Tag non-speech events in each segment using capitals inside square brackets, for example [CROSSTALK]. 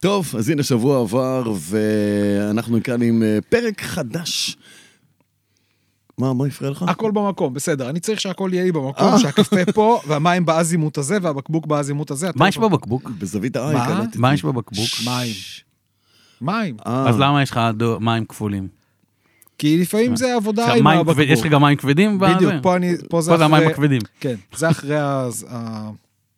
טוב, אז הנה שבוע עבר, ואנחנו כאן עם אה, פרק חדש. מה, מה הפריע לך? [LAUGHS] הכל במקום, בסדר. אני צריך שהכל יהיה לי אה. במקום, שהקפה פה, והמים באזימוט הזה, והבקבוק באזימוט הזה. מה יש הטלפון- בבקבוק? בזווית העין אה? מה? קלטתי. מה יש בבקבוק? מים. מים. אה, אז למה יש לך דו- מים כפולים? כי לפעמים זה עבודה אה. עכשיו, עם מים הבקבוק. כבד- יש לך גם מים כבדים? בזה? בדיוק, פה אני- פה זה פה זה אחרי- המים הכבדים. כן, זה אחרי הז- ה...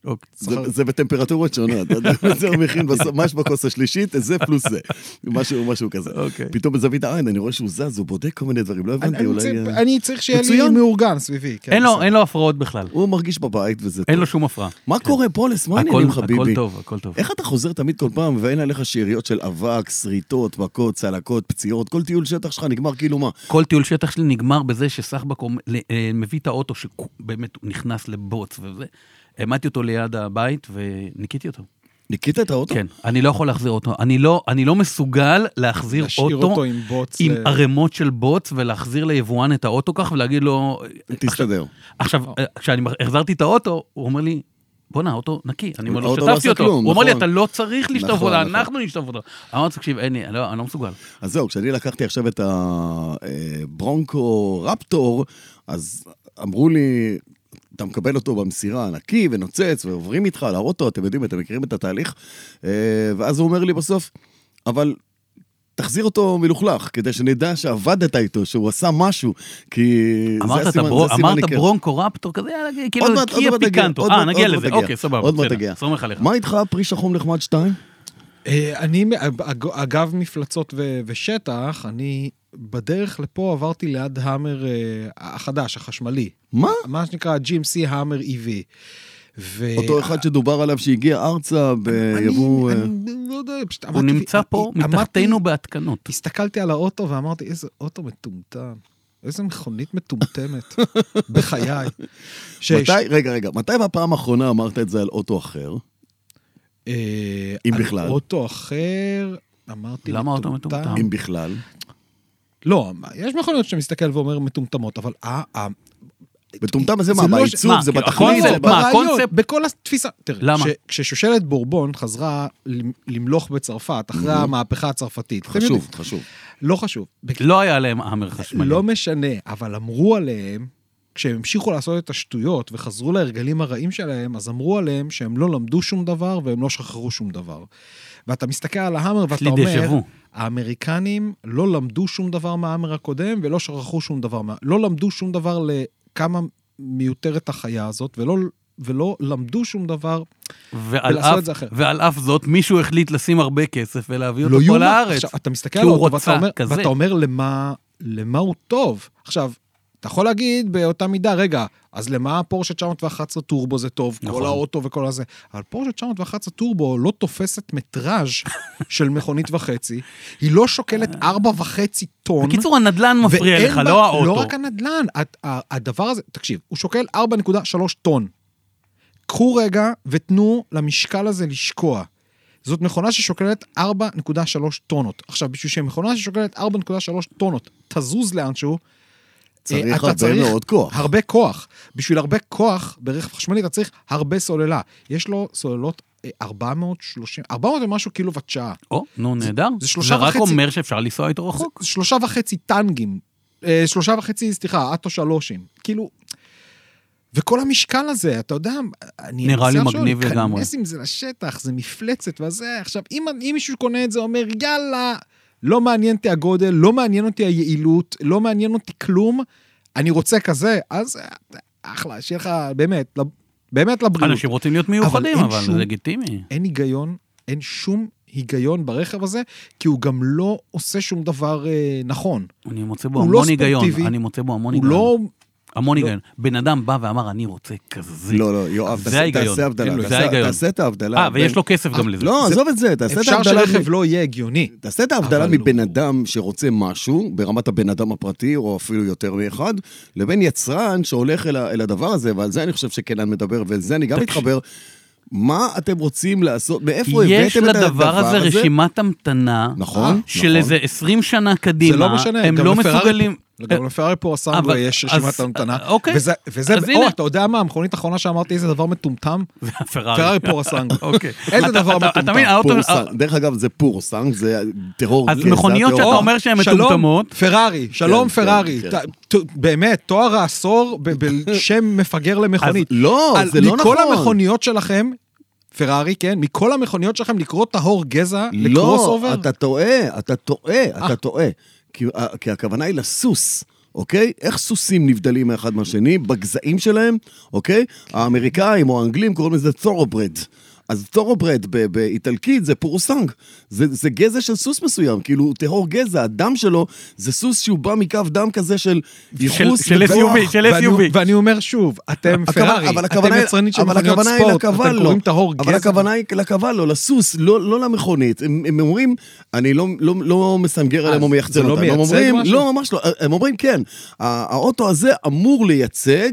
אוקיי. זה- זה בטמפרטורות שונות, אתה [LAUGHS] יודע, זה הוא מכין, בסוף, מה יש בכוס השלישית, זה פלוס זה, משהו משהו כזה. אוקיי. פתאום בזווית העין, אני רואה שהוא זז, הוא בודק כל מיני דברים, לא אני- הבנתי, אני אולי... צריך- אה, אני צריך שיהיה לי מצוין. מאורגן סביבי. כן, אין לו- בסדר. אין לו הפרעות בכלל. הוא מרגיש בבית וזה אין טוב. לו שום הפרעה. מה קורה, פולס? מה הכל העניינים, חביבי? הכל טוב, הכל טוב. איך אתה חוזר תמיד כל פעם ואין עליך שאריות של אבק, שריטות, מכות, צלקות, פציעות, כל טיול שטח שלך נגמר כאילו מה? כל טיול שטח שלי נגמר בזה שסחבק עומ- ל- אה, מביא את האוטו שבאמת הוא נכנס לבוץ וזה. העמדתי אותו ליד הבית וניקיתי אותו. ניקית את האוטו? כן, אני לא יכול להחזיר אותו. אני לא, אני לא מסוגל להחזיר להשאיר אוטו אותו עם בוץ. עם ל- ערימות של בוץ ולהחזיר ליבואן את האוטו כך ולהגיד לו... תסתדר. עכשיו, אה, כשאני מח- החזרתי את האוטו, הוא אומר לי, בואנה, האוטו נקי. אני אומר לו, האוטו לא שטפתי עשה אותו. כלום, הוא אומר לי, נכון. אתה לא צריך לשטוף נכון, אותו, נכון. אנחנו נשטוף אותו. אמרתי, תקשיב, אין לי, אני לא אני לא מסוגל. אז זהו, כשאני לקחתי עכשיו את הברונקו רפטור, אז אמרו לי, אתה מקבל אותו במסירה נקי ונוצץ, ועוברים איתך על האוטו, אתם יודעים, אתם מכירים את התהליך. אה, ואז הוא אומר לי בסוף, אבל תחזיר אותו מלוכלך, כדי שנדע שעבדת איתו, שהוא עשה משהו, כי זה אמרת את הסימן, הברונ- זה סימן אמרת היכר. ברונקו רפטור כזה, יאללה, כאילו, מעט- עוד קיה מעט נגיע, פיקנטו. עוד אה, מעט- נגיע עוד לזה, מעט אוקיי, נגיע. סבבה, עוד מעט בסדר, נגיע. סומך עליך. מה איתך פרי שחום נחמד 2? אה, אני, אג- אגב מפלצות ו- ושטח, אני בדרך לפה עברתי ליד האמר אה, החדש, החשמלי. מה? מה שנקרא GMC האמר EV. E אה, ו- אותו אחד שדובר עליו שהגיע ארצה אני- ביבוא... אה, אני לא יודע, פשוט הוא אמרתי- נמצא פה אמרתי- מתחתנו בהתקנות. הסתכלתי על האוטו ואמרתי, איזה אוטו מטומטם. איזה מכונית מטומטמת, [LAUGHS] בחיי. ש- מתי, רגע, רגע, מתי בפעם האחרונה אמרת את זה על אוטו אחר? אה, אם על בכלל. אוטו אחר, אמרתי למה אוטו מטומטם? אם בכלל. לא, יש מכוניות שאתה מסתכל ואומר מטומטמות, אבל ה- ה- מטומטם הזה זה מה, לא ש- בעיצוב, מה, זה כאילו, בתכלית, זה הקונספט, ב... מה? ברעיון, הקונספט? בכל התפיסה. תראה, למה? כש- כששושלת בורבון חזרה למ- למלוך בצרפת, אחרי המהפכה הצרפתית. אתם יודעים, חשוב, חשוב. לא חשוב. בק- לא היה להם האמר חשמלי. לא משנה, אבל אמרו עליהם, כשהם המשיכו לעשות את השטויות וחזרו להרגלים הרעים שלהם, אז אמרו עליהם שהם לא למדו שום דבר והם לא שחררו שום דבר. ואתה מסתכל על ההאמר יש ואתה לי דז'ה אומר, וו. האמריקנים לא למדו שום דבר מההאמר הקודם ולא שכחו שום דבר, מה... לא למדו שום דבר לכמה מיותרת החיה הזאת ולא, ולא למדו שום דבר. ועל ולעשות אף- את זה אחר. ועל אף זאת, מישהו החליט לשים הרבה כסף ולהביא אותו לא פה יאומן. לארץ. עכשיו, אתה מסתכל כי על הוא אותו רצה ואתה אומר, כזה. ואתה אומר למה, למה הוא טוב. עכשיו, אתה יכול להגיד באותה מידה, רגע, אז למה פורשה 911 טורבו זה טוב, נכון. כל האוטו וכל הזה, אבל פורשה 911 טורבו לא תופסת [LAUGHS] מטראז' של מכונית וחצי, היא לא שוקלת ארבע וחצי טון. בקיצור, הנדלן מפריע ואין לך, בה- לא לא האוטו. רק הנדלן, הד- ה- הדבר הזה, תקשיב, הוא שוקל 4.3 טון. קחו רגע ותנו למשקל הזה לשקוע. זאת מכונה ששוקלת 4.3 טונות. עכשיו, בשביל שמכונה ששוקלת 4.3 טונות תזוז לאנשהו, אה, צריך אתה הרבה צריך מאוד כוח. הרבה כוח. בשביל הרבה כוח ברכב חשמלי אתה צריך הרבה סוללה. יש לו סוללות אה, 430, 400 ומשהו קילוואט שעה. או, נו, נהדר. זה שלושה זה רק וחצי- אומר שאפשר לנסוע איתו רחוק. זה שלושה וחצי טנגים. אה, שלושה וחצי, סליחה, אטו שלושים. כאילו... וכל המשקל הזה, אתה יודע, אני... נראה מנסה לי עכשיו מגניב לגמרי. להיכנס עם זה לשטח, זה מפלצת וזה. עכשיו, אם, אם מישהו קונה את זה, אומר, יאללה, לא מעניין אותי הגודל, לא מעניין אותי היעילות, לא מעניין אותי כלום, אני רוצה כזה, אז אה, אחלה, שיהיה לך, באמת, לב- באמת לבריאות. אנשים רוצים להיות מיוחדים, אין אבל זה שום- לגיטימי. אין היגיון, אין שום היגיון ברכב הזה, כי הוא גם לא עושה שום דבר אה, נכון. אני מוצא בו הוא לא המון היגיון. ספורטיבי, אני מוצא בו המון הוא היגיון. לא... המון היגיון. בן אדם בא ואמר, אני רוצה כזה. לא, לא, יואב, זה תעשה- ההיגיון. תעשה הבדלה. אין לו, זה תעשה- ההיגיון. תעשה את ההבדלה. אה, ויש בין- לו כסף גם לזה. לא, עזוב את זה, תעשה את אפשר ההבדלה. בין- שרכב לא יהיה הגיוני. תעשה את ההבדלה לא. אבל מבן הוא- אדם שרוצה משהו, ברמת הבן אדם הפרטי, או אפילו יותר מאחד, לבין יצרן שהולך אל, ה- אל הדבר הזה, ועל זה אני חושב שקנן מדבר, ועל זה אני גם תקשיב. מתחבר. מה אתם רוצים לעשות? מאיפה יש הבאתם את הדבר לדבר הזה? הזה רשימת המתנה נכון, של נכון. איזה 20 שנה קדימה. זה לא משנה, הם גם לא בפרארי- מסוגלים... וגם לפרארי פה הסאונדווי אבל- יש אז- רשימת המתנה. אוקיי. וזה, וזה אז או, הנה. אתה יודע מה, המכונית האחרונה שאמרתי, איזה דבר [LAUGHS] מטומטם? זה הפרארי. פרארי פה הסאונדווי. אוקיי. איזה אתה- דבר אתה- מטומטם. אתה מבין, האוטו... אה, פורסנג. דרך אגב, זה פורסנג, זה טרור. אז זה מכוניות הטרור. שאתה [LAUGHS] אומר שהן שלום, מטומטמות. פרארי, שלום כן, כן, פרארי. כן. ת- ת- באמת, תואר העשור ב- בשם מפגר למכונית. לא, על- זה לא נכון. מכל המכוניות שלכם, פרארי, כן, מכל המכוניות שלכם לקרוא טהור גזע לקרוס אובר? לא, אתה טועה, אתה טועה, אה. אתה טועה. כי, אה, כי הכוונה היא לסוס, אוקיי? איך סוסים נבדלים מאחד מהשני, בגזעים שלהם, אוקיי? האמריקאים או האנגלים קוראים לזה צורוברד. אז צורוברד ב- באיטלקית זה פורסנג, זה, זה גזע של סוס מסוים, כאילו הוא טהור גזע, הדם שלו זה סוס שהוא בא מקו דם כזה של ייחוס של וכוח. SUV, של ואני- SUV. ואני אומר שוב, אתם הכוונה- פרארי, אבל אתם הכוונה היא- יצרנית של אבל מכוניות הכוונה היא ספורט, לקבל אתם לו. קוראים טהור אבל גזע. הכוונה היא לקוולו, לסוס, לא, לא למכונית. הם, הם אומרים, אני לא, לא, לא מסנגר עליהם או מייחצן זה לא אותם. הם מייצג אומרים, משהו? לא, ממש לא. הם אומרים, כן, הא- האוטו הזה אמור לייצג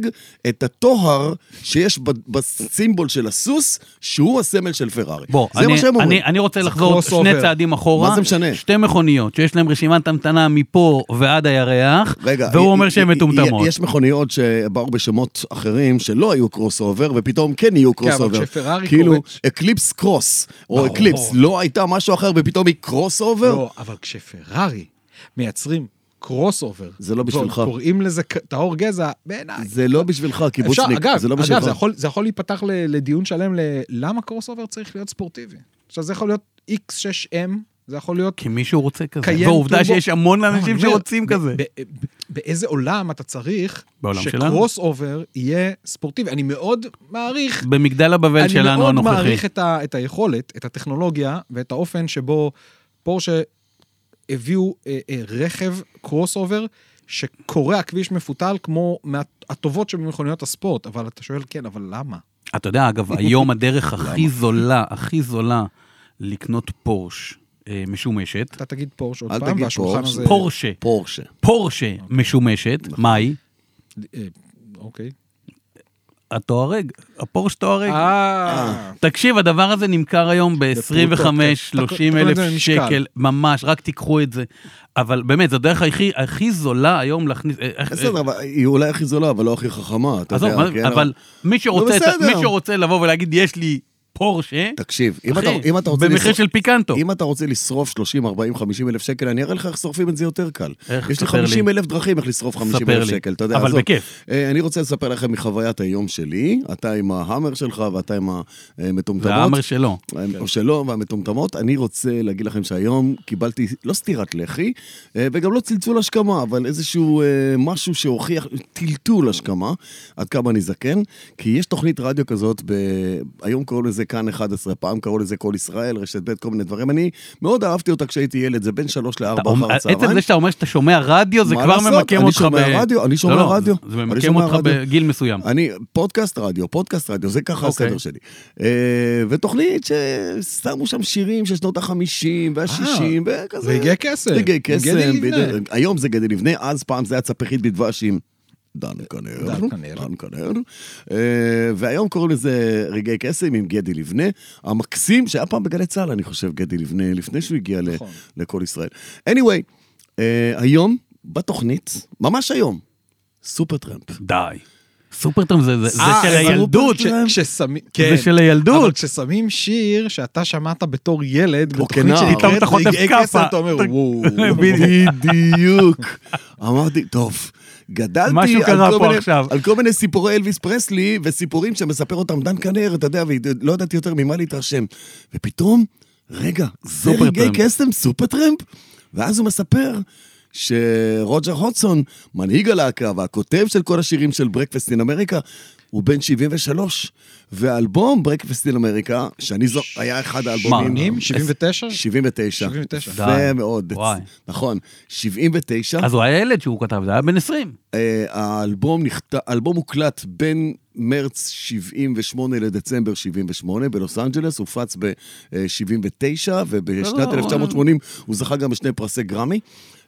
את הטוהר שיש ב- בסימבול של הסוס, שהוא הסמל של פרארי. בוא, זה מה אני- שהם אומרים. אני- אני רוצה זה לחזור cross שני over. צעדים אחורה. מה זה משנה? שתי מכוניות שיש להן רשימת המתנה מפה ועד הירח, רגע, והוא י- אומר י- שהן י- מטומטמות. י- יש מכוניות שבאו בשמות אחרים שלא היו קרוס אובר, ופתאום כן יהיו קרוס אבל אובר. כשפרארי כאילו, קוראת- אקליפס קרוס, או ברור. אקליפס, לא הייתה משהו אחר ופתאום היא קרוס אובר? לא, אבל כשפרארי מייצרים קרוס אובר, זה לא בשבילך. קוראים לזה ק- טהור גזע, בעיניי. זה לא בשבילך, אפשר, קיבוצניק, אגב, זה לא אגב, בשבילך. זה יכול, זה יכול להיפתח ל, לדיון שלם ללמה קרוס אובר צריך להיות ספורטיבי. עכשיו, זה יכול להיות X6M, זה יכול להיות... כי מישהו רוצה כזה. קיים ועובדה טורבו- שיש המון לא, אני אנשים אומר, שרוצים ב- כזה. ב- ב- באיזה עולם אתה צריך בעולם שלנו. שקרוס אובר יהיה ספורטיבי? אני מאוד מעריך במגדל הבבל אני שלנו מאוד הנוכחי. מעריך את, ה, את היכולת, את הטכנולוגיה ואת האופן שבו פורשה הביאו אה, אה, רכב קרוס אובר שקורע כביש מפותל כמו מהטובות שבמכוניות הספורט, אבל אתה שואל, כן, אבל למה? אתה יודע, אגב, [LAUGHS] היום הדרך הכי זולה, הכי זולה לקנות פורש אה, משומשת, אתה תגיד פורש עוד אל פעם, תגיד והשולחן פורש. הזה... פורשה, פורשה. פורשה אוקיי. משומשת, נכון. מה היא? אה, אוקיי. התואר ריג, הפורש תואר ריג. אה, תקשיב, הדבר הזה נמכר היום ב-25-30 בפרוטות, כן. תקנו את אלף זה במשקל. שקל, ממש, רק תיקחו את זה. אבל באמת, זו הדרך הכי, הכי זולה היום להכניס... אה, איך- בסדר, אבל היא אולי הכי זולה, אבל לא הכי חכמה, אתה עזוב, יודע. מה- כן, אבל מי שרוצה, בסדר. מי שרוצה לבוא ולהגיד, יש לי פורשה, תקשיב, אם אחי, אתה- אם אתה רוצה... במחיר לשרוף- של פיקנטו. אם אתה רוצה לשרוף 30, 40, 50 אלף שקל, אני אראה לך איך שורפים את זה יותר קל. איך? יש לי ספר לי. 50 אלף דרכים איך לשרוף 50 ספר אלף לי. שקל, אתה יודע. אבל עזוב. בכיף. אה, אני רוצה לספר לכם מחוויית היום שלי, אתה עם ההאמר שלך ואתה עם המטומטמות. והאמר שלו. או שלא, והמטומטמות. אני רוצה להגיד לכם שהיום קיבלתי לא סטירת לחי, אה, וגם לא צלצול השכמה, אבל איזשהו אה, משהו שהוכיח, טלטול השכמה, עד כמה אני זקן. כי יש תוכנית רדיו כזאת, ב... היום קוראים לזה כאן 11, פעם קראו לזה כל ישראל, רשת ב', כל מיני דברים. אני מאוד אהבתי אותה כשהייתי ילד, זה בין 3 ל-4 אתה אחר אומר- הצהריים. עצם זה שאתה אומר שאתה שומע רדיו, זה מה כבר לעשות? ממקם אני אותך ב... שומע רדיו, אני שומע לא, לא, רדיו. זה אני ממקם שומע אותך רדיו. בגיל מסוים. אני, פודקאסט רדיו, פודקאסט רדיו, זה ככה אוקיי. הסדר שלי. אה, ותוכנית ששמו שם שירים של שנות החמישים והשישים, וכזה. רגעי אה, קסם. רגעי גדי קסם, לבנה. בדיוק. היום זה גדי לבנה, אז פעם זה היה צפחית בדבש עם... דן כנר, דן כנר. דן כנר, אה, והיום קוראים לזה רגעי קסם עם גדי לבנה, המקסים שהיה פעם בגלי צה"ל, אני חושב, גדי לבנה, לפני שהוא הגיע ל- נכון. לכל ישראל. anyway, אה, היום, בתוכנית, ממש היום, סופר טראמפ. די. סופרטרם זה זה- זה אה, של סופר הילדות. טראמפ. כש- כששמים... כן. זה של הילדות. אבל כששמים שיר שאתה שמעת בתור ילד, או בתוכנית כנער. פתאום אתה חוטף רגעי כאפה. קסם, אתה אומר, וואו. [LAUGHS] בדיוק. אמרתי, טוב, גדלתי משהו על קרה כל פה מיני- עכשיו." על כל מיני סיפורי אלוויס פרסלי, וסיפורים שמספר אותם דן כנר, אתה יודע, ולא ידעתי יותר ממה להתרשם. ופתאום, רגע, זה סופר רגעי טראמפ. קסם סופרטרמפ? ואז הוא מספר שרוג'ר הודסון, מנהיג הלהקה והכותב של כל השירים של ברקפסט אין אמריקה, הוא בן 73, והאלבום ברקפסט אין אמריקה, שאני זו, היה אחד האלבומים... שמונים? 79? 79. 79. יפה די. מאוד. וואי. נכון. 79. אז הוא היה ילד שהוא כתב, זה היה בן 20. אה, האלבום נכת- האלבום הוקלט בין מרץ 78 לדצמבר 78 בלוס אנג'לס, הופץ ב-79, לא, ובשנת לא, 1980 הוא זכה גם בשני פרסי גרמי,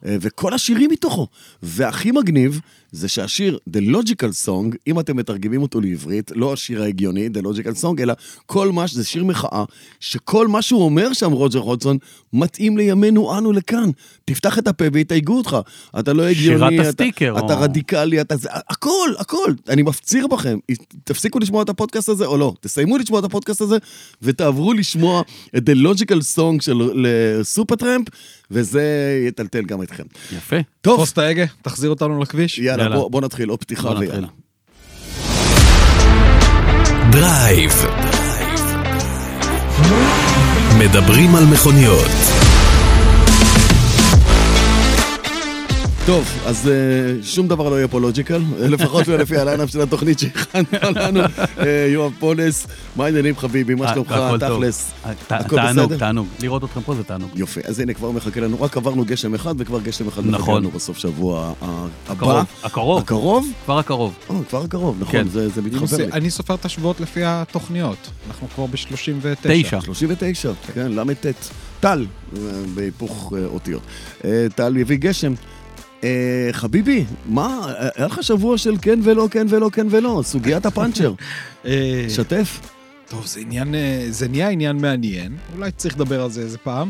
אה, וכל השירים מתוכו. והכי מגניב זה שהשיר The Logical Song, אם אתם מתרגמים אותו לעברית, לא השיר ההגיוני, The Logical Song, אלא כל מה, ש- זה שיר מחאה, שכל מה שהוא אומר שם, רוג'ר הודסון, מתאים לימינו אנו לכאן. תפתח את הפה ויתייגו אותך. אתה לא שירת הגיוני, אתה, הסטיקר, אתה או- רדיקלי, אתה זה, הכל, הכל. אני מפציר בכם, תפסיקו לשמוע את הפודקאסט הזה או לא. תסיימו לשמוע את הפודקאסט הזה ותעברו לשמוע את The Logical Song של סופרטרמפ, וזה יטלטל גם אתכם. יפה. טוב, תפוס את ההגה, תחזיר אותנו לכביש. יאללה, יאללה. בוא, בוא נתחיל, או פתיחה בוא ויאללה. נתחיל. דרייב. מדברים על מכוניות. טוב, אז אה, שום דבר לא יהיה פה לוג'יקל, אה, [LAUGHS] לפחות לא לפי הליינאפ של התוכנית שהכנת לנו. אה, יואב פונס, מה העניינים חביבי, מה שלומך, אה, הכל טוב. לא, אה, תכלס, ת- הכל תענוג, בסדר? תענוג. לראות אתכם פה זה תענוג. יופי, אז הנה כבר מחכה לנו, רק עברנו גשם אחד וכבר גשם אחד מחכה נכון. לנו בסוף שבוע ה- הבא. הקרוב, הקרוב, הקרוב? כבר הקרוב. או, כבר הקרוב, נכון, כן. זה זה אני מתחבר עושה- לי. אני סופר את השבועות לפי התוכניות. אנחנו כבר ב-39. תשע. 39, כן, ל"ט. טל, אה, בהיפוך אה, אותיות. אה, טל הביא גשם. אה, חביבי, מה, אה, היה לך שבוע של כן ולא, כן ולא, כן ולא, סוגיית [LAUGHS] הפאנצ'ר. אה, שתף. טוב, זה עניין, אה, זה נהיה עניין מעניין, אולי צריך לדבר על זה איזה פעם.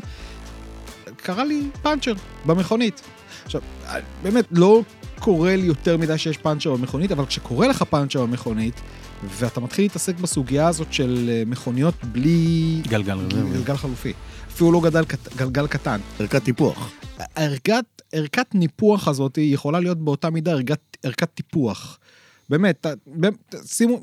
קרה לי פאנצ'ר במכונית. עכשיו, אה, באמת, לא קורה לי יותר מדי שיש פאנצ'ר במכונית, אבל כשקורה לך פאנצ'ר במכונית, ואתה מתחיל להתעסק בסוגיה הזאת של אה, מכוניות בלי גלגל רזרבי. גלגל חלופי, אפילו לא גדל, קט- גלגל קטן. ערכת טיפוח. ערכת, ערכת ניפוח הזאת היא יכולה להיות באותה מידה ערכת, ערכת טיפוח. באמת, ת- באמת, שימו,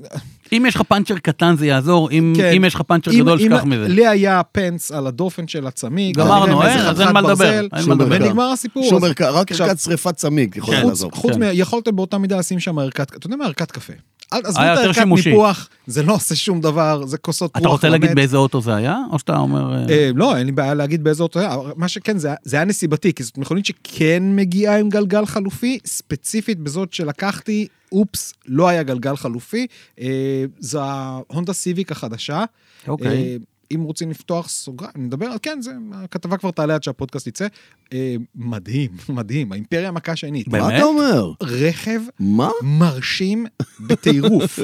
אם יש לך פאנצ'ר קטן זה יעזור, אם כן. אם יש לך פאנצ'ר אם- גדול, אם שכח מזה. לי היה פנס על הדופן של הצמיג, גמרנו, כנראה עם אין, איזה אז אין חתיכת מה לדבר, ברזל, אין מה לדבר. ונגמר הסיפור. שום אז ערכה, רק עכשיו- ערכת שרפת צמיג יכולה חוץ- לעזור. חוץ כן. מ... יכולתם באותה מידה לשים שם ערכת... אתה יודע מה? ערכת קפה. אל תעזבו היה את יותר הערכת שימושי. ניפוח, זה לא עושה שום דבר, זה כוסות רוח. אתה רוצה למת. להגיד באיזה אוטו זה היה? או שאתה אומר... אה, אה, לא, אין לי בעיה להגיד באיזה אוטו, היה, אבל מה שכן, זה, היה- זה היה נסיבתי, כי זאת מכונית שכן מגיעה עם גלגל חלופי, ספציפית בזאת שלקחתי, אופס, לא היה גלגל חלופי, אה, זו ההונדה סיביק החדשה. אוקיי. אה, אם רוצים לפתוח סוגריים, נדבר על, כן, זה, הכתבה כבר תעלה עד שהפודקאסט יצא. אה, מדהים, [LAUGHS] מדהים, האימפריה המכה השנית. באמת? מה אתה אומר? רכב מה? מרשים [LAUGHS] בטירוף.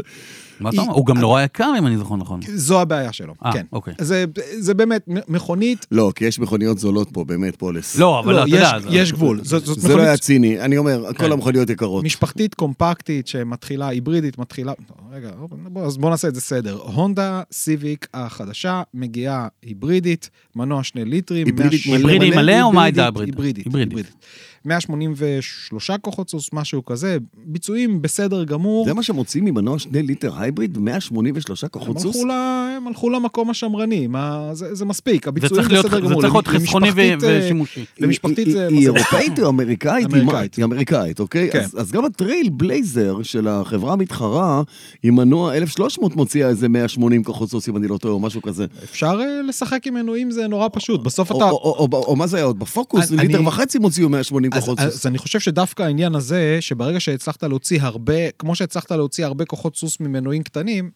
מה אה, אתה אומר? הוא גם נורא יקר אם אני זוכר נכון. זו הבעיה שלו, אה, כן. אוקיי. זה, זה באמת מכונית, לא, כי יש מכוניות זולות פה, באמת, פולס. לא, אבל לא, אתה יש- יודע... זה- יש גבול. זאת זאת זה לא היה מכונית כן. ציני, אני אומר, כל המכוניות יקרות. משפחתית קומפקטית שמתחילה, היברידית, מתחילה... לא, רגע, בוא, אז בוא נעשה את זה סדר. הונדה סיביק החדשה מגיעה היברידית, מנוע שני ליטרים. היברידית מאה- מלא היברידית מלא או מה היברידית, הייתה היברידית, היברידית? היברידית. היברידית. 183 כוחות סוס, משהו כזה, ביצועים בסדר גמור. זה מה שמוצאים ממנוע שני ליטר הייבריד, 183 הם כוחות סוס? הלכו, ל... הם הלכו למקום השמרני, מה... זה, זה מספיק, זה הביצועים צריך להיות- בסדר זה גמור. צריך להיות למי- חסכוני ו- למשפחתית, אה, ושימושי. למשפחתית היא- זה... היא היא מזל. אירופאית או אמריקאית? היא מה? אמריקאית. היא אמריקאית, אוקיי? כן. אז- אז גם הטרייל בלייזר של החברה המתחרה, עם מנוע 1300 מוציאה איזה 180 כוחות סוס, אם אני לא טועה, או משהו כזה. אפשר אה, לשחק עם מנועים, זה נורא פשוט. בסוף או- או- אתה... או- או- או מה זה היה עוד? בפוקוס, אני- ליטר וחצי מוציאו 180 אז, כוחות סוס. אז אני חושב שדווקא העניין הזה, שברגע שהצלחת להוציא הרבה, כמו שהצלחת להוציא הרבה כוחות סוס ממנועים קטנים,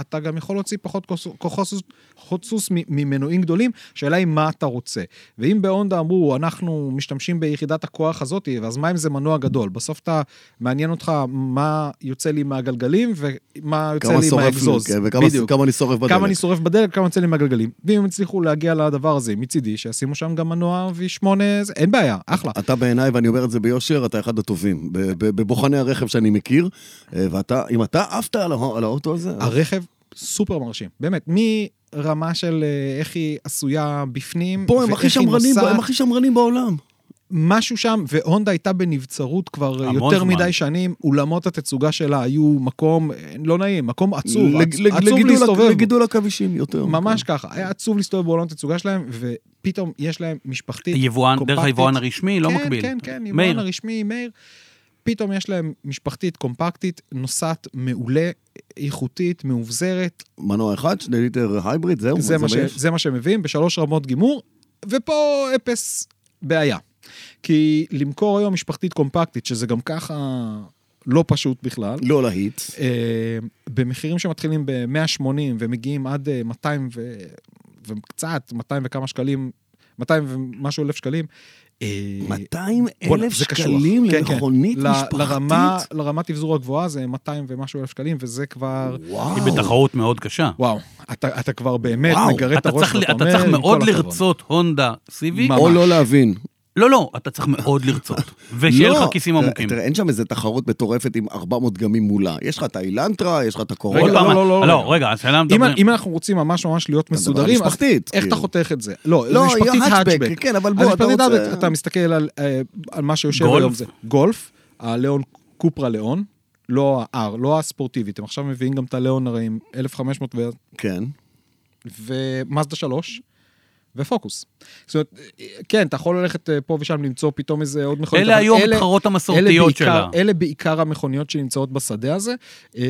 אתה גם יכול להוציא פחות כוס- כוחות סוס, כוחות סוס מ- ממנועים גדולים, שאלה היא מה אתה רוצה. ואם בהונדה אמרו, אנחנו משתמשים ביחידת הכוח הזאת, אז מה אם זה מנוע גדול? בסוף אתה, מעניין אותך מה יוצא לי מהגלגלים ומה יוצא כמה לי שורף, מהאגזוז. כן, וכמה- בדיוק. כמה אני שורף בדלק. כמה אני שורף בדלק, כמה יוצא לי מהגלגלים. ואם הם הצליחו להגיע לדבר הזה מצידי, שישימו שם גם מנוע V8, זה- אין בעיה, אחלה. אתה בעיניי, ואני אומר את זה ביושר, אתה אחד הטובים. ב- ב- בבוחני הרכב שאני מכיר, אה, ואתה, אם אתה עפת על הא- על האוטו הזה... אה. אז- הרכב סופר מרשים, באמת, מרמה של אה, איך היא עשויה בפנים, פה הם ואיך הכי היא שמרנים, נוסעת, הם הכי שמרנים בעולם. משהו שם, והונדה הייתה בנבצרות כבר המון יותר זמן. מדי שנים, אולמות התצוגה שלה היו מקום, אה, לא נעים, מקום עצוב, לג- עצ- לג- עצוב לגידול- להסתובב. בו. לגידול עכבישים יותר. אוקיי. ממש ככה, היה עצוב להסתובב בעולם התצוגה שלהם, ופתאום יש להם משפחתית. יבואן, דרך קומפקטית. היבואן הרשמי, לא כן, מקביל. כן, כן, מאיר. יבואן הרשמי, מאיר. פתאום יש להם משפחתית קומפקטית, נוסעת מעולה, איכותית, מאובזרת, מנוע אחד, שני ליטר הייבריד, זהו. זה מה, ש... יש? זה מה שהם מביאים בשלוש רמות גימור, ופה אפס בעיה. כי למכור היום משפחתית קומפקטית, שזה גם ככה לא פשוט בכלל. לא להיט. אה, במחירים שמתחילים ב-180 ומגיעים עד אה, 200 ו... וקצת, 200 וכמה שקלים, 200 ומשהו אלף שקלים. אה, 200 בואנה, אלף זה קשוח. שקלים כן, כן. למכונית ל- לרמה, משפחתית? לרמת תבזור הגבוהה זה 200 ומשהו אלף שקלים, וזה כבר... היא וואו. בתחרות מאוד קשה. וואו, אתה, אתה כבר באמת וואו, מגרד את אתה הראש צריך, ואתה אתה אומר, צריך עם מאוד כל הכבוד. לרצות הונדה סיביק. ממש. או לא להבין. לא, לא, אתה צריך [LAUGHS] מאוד לרצות. ושיהיה לא, לך כיסים אה, תראה- עמוקים. תראה, אין שם איזה תחרות מטורפת עם 400 גמים מולה. יש לך את האילנטרה, יש לך את הקורונה. עוד רגע, פעם, לא, לא, לא, לא, רגע, השאלה אם, מדברים. אם אנחנו רוצים ממש ממש להיות מדבר על מסודרים, אז משפחתית, איך כאילו. אתה חותך את זה? לא, לא, לא זה משפחתית היא האצ'בק. האצ'בק, כן, אבל אז בוא, אתה משפחתית רוצה- האצ'בק, אתה מסתכל על, אה, על מה שיושב גולף? היום זה גולף, הליאון קופרה ליאון, לא ה-R, לא הספורטיבית, הם עכשיו מביאים גם את הליאון הרי עם 1500 ו- כן. ומאזדה 3. ופוקוס. זאת אומרת, אה, כן, אתה יכול ללכת אה, פה ושם למצוא פתאום איזה עוד מכונית. אלה אבל היו המתחרות אלה המסורתיות בעיקר- אה, שלה. אלה בעיקר המכוניות שנמצאות בשדה הזה. אה,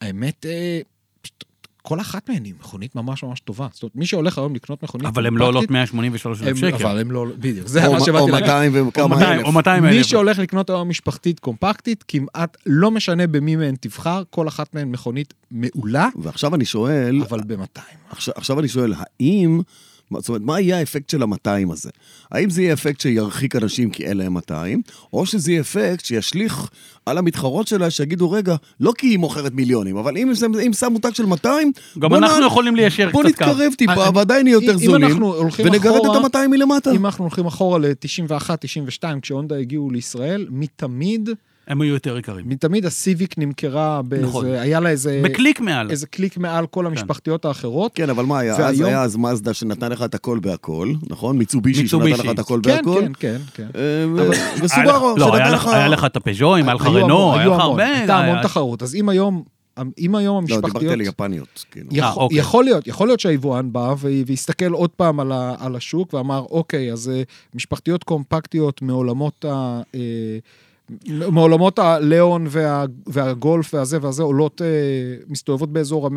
האמת, אה, פשוט כל אחת מהן היא מכונית ממש ממש טובה. זאת אומרת, מי שהולך היום לקנות מכונית... אבל הם לא עולות קומפקטית, 183 אלף הם- שקל. אבל הם לא... בדיוק, זה או מה מ- שבאתי או להגיד. 200 וכמה 200 אלף. או 200 מי אלף. שהולך לקנות היום משפחתית קומפקטית, כמעט לא משנה במי מהן תבחר, כל אחת מהן מכונית מעולה, ועכשיו אני שואל, אבל ב-200. עכשיו, עכשיו אני שואל, האם, מה- זאת אומרת, מה יהיה האפקט של ה-200 הזה? האם זה יהיה אפקט שירחיק אנשים כי אין להם 200, או שזה יהיה אפקט שישליך על המתחרות שלה, שיגידו, רגע, לא כי היא מוכרת מיליונים, אבל אם, זה- אם שם מותג של 200, גם בוא נ- אנחנו יכולים ליישר בוא קצת קו. נתקרב טיפה, אני- ועדיין נהיה יותר אה, אם זולים, אנחנו הולכים ונגרד את אחורה- ה-200 מלמטה. אם אנחנו הולכים אחורה ל-91, 92, כשהונדה הגיעו לישראל, מתמיד הם היו יותר יקרים. מתמיד הסיביק נמכרה, באיזה, נכון. נכון. היה לה איזה, בקליק מעל. כן. איזה קליק מעל כל המשפחתיות האחרות. כן, אבל מה היה? אז והיום- היה אז מזדה שנתן לך את הכל בהכל, נכון? מיצובישי שנתן מיצובישי. לך את הכל כן, בהכל. כן, כן, כן. אה, ו- היה לך- וסובארו, לא, היה שנתן לך- לך... היה לך את הפז'וים, היה לך היו המון- רנו, היה היו לך המון. הרבה. אה, הייתה היה- המון תחרות. אז אם היום, אם היום לא, המשפחתיות... דיברתי על יפניות, כאילו. יכול- אה, אוקיי. יכול להיות, יכול להיות שהיבואן בא ו- והסתכל עוד פעם על, ה, על השוק ואמר, אוקיי, אז אה, משפחתיות קומפקטיות מעולמות ה... אה, מעולמות הליאון וה, והגולף והזה והזה עולות, אה, מסתובבות באזור ה-160,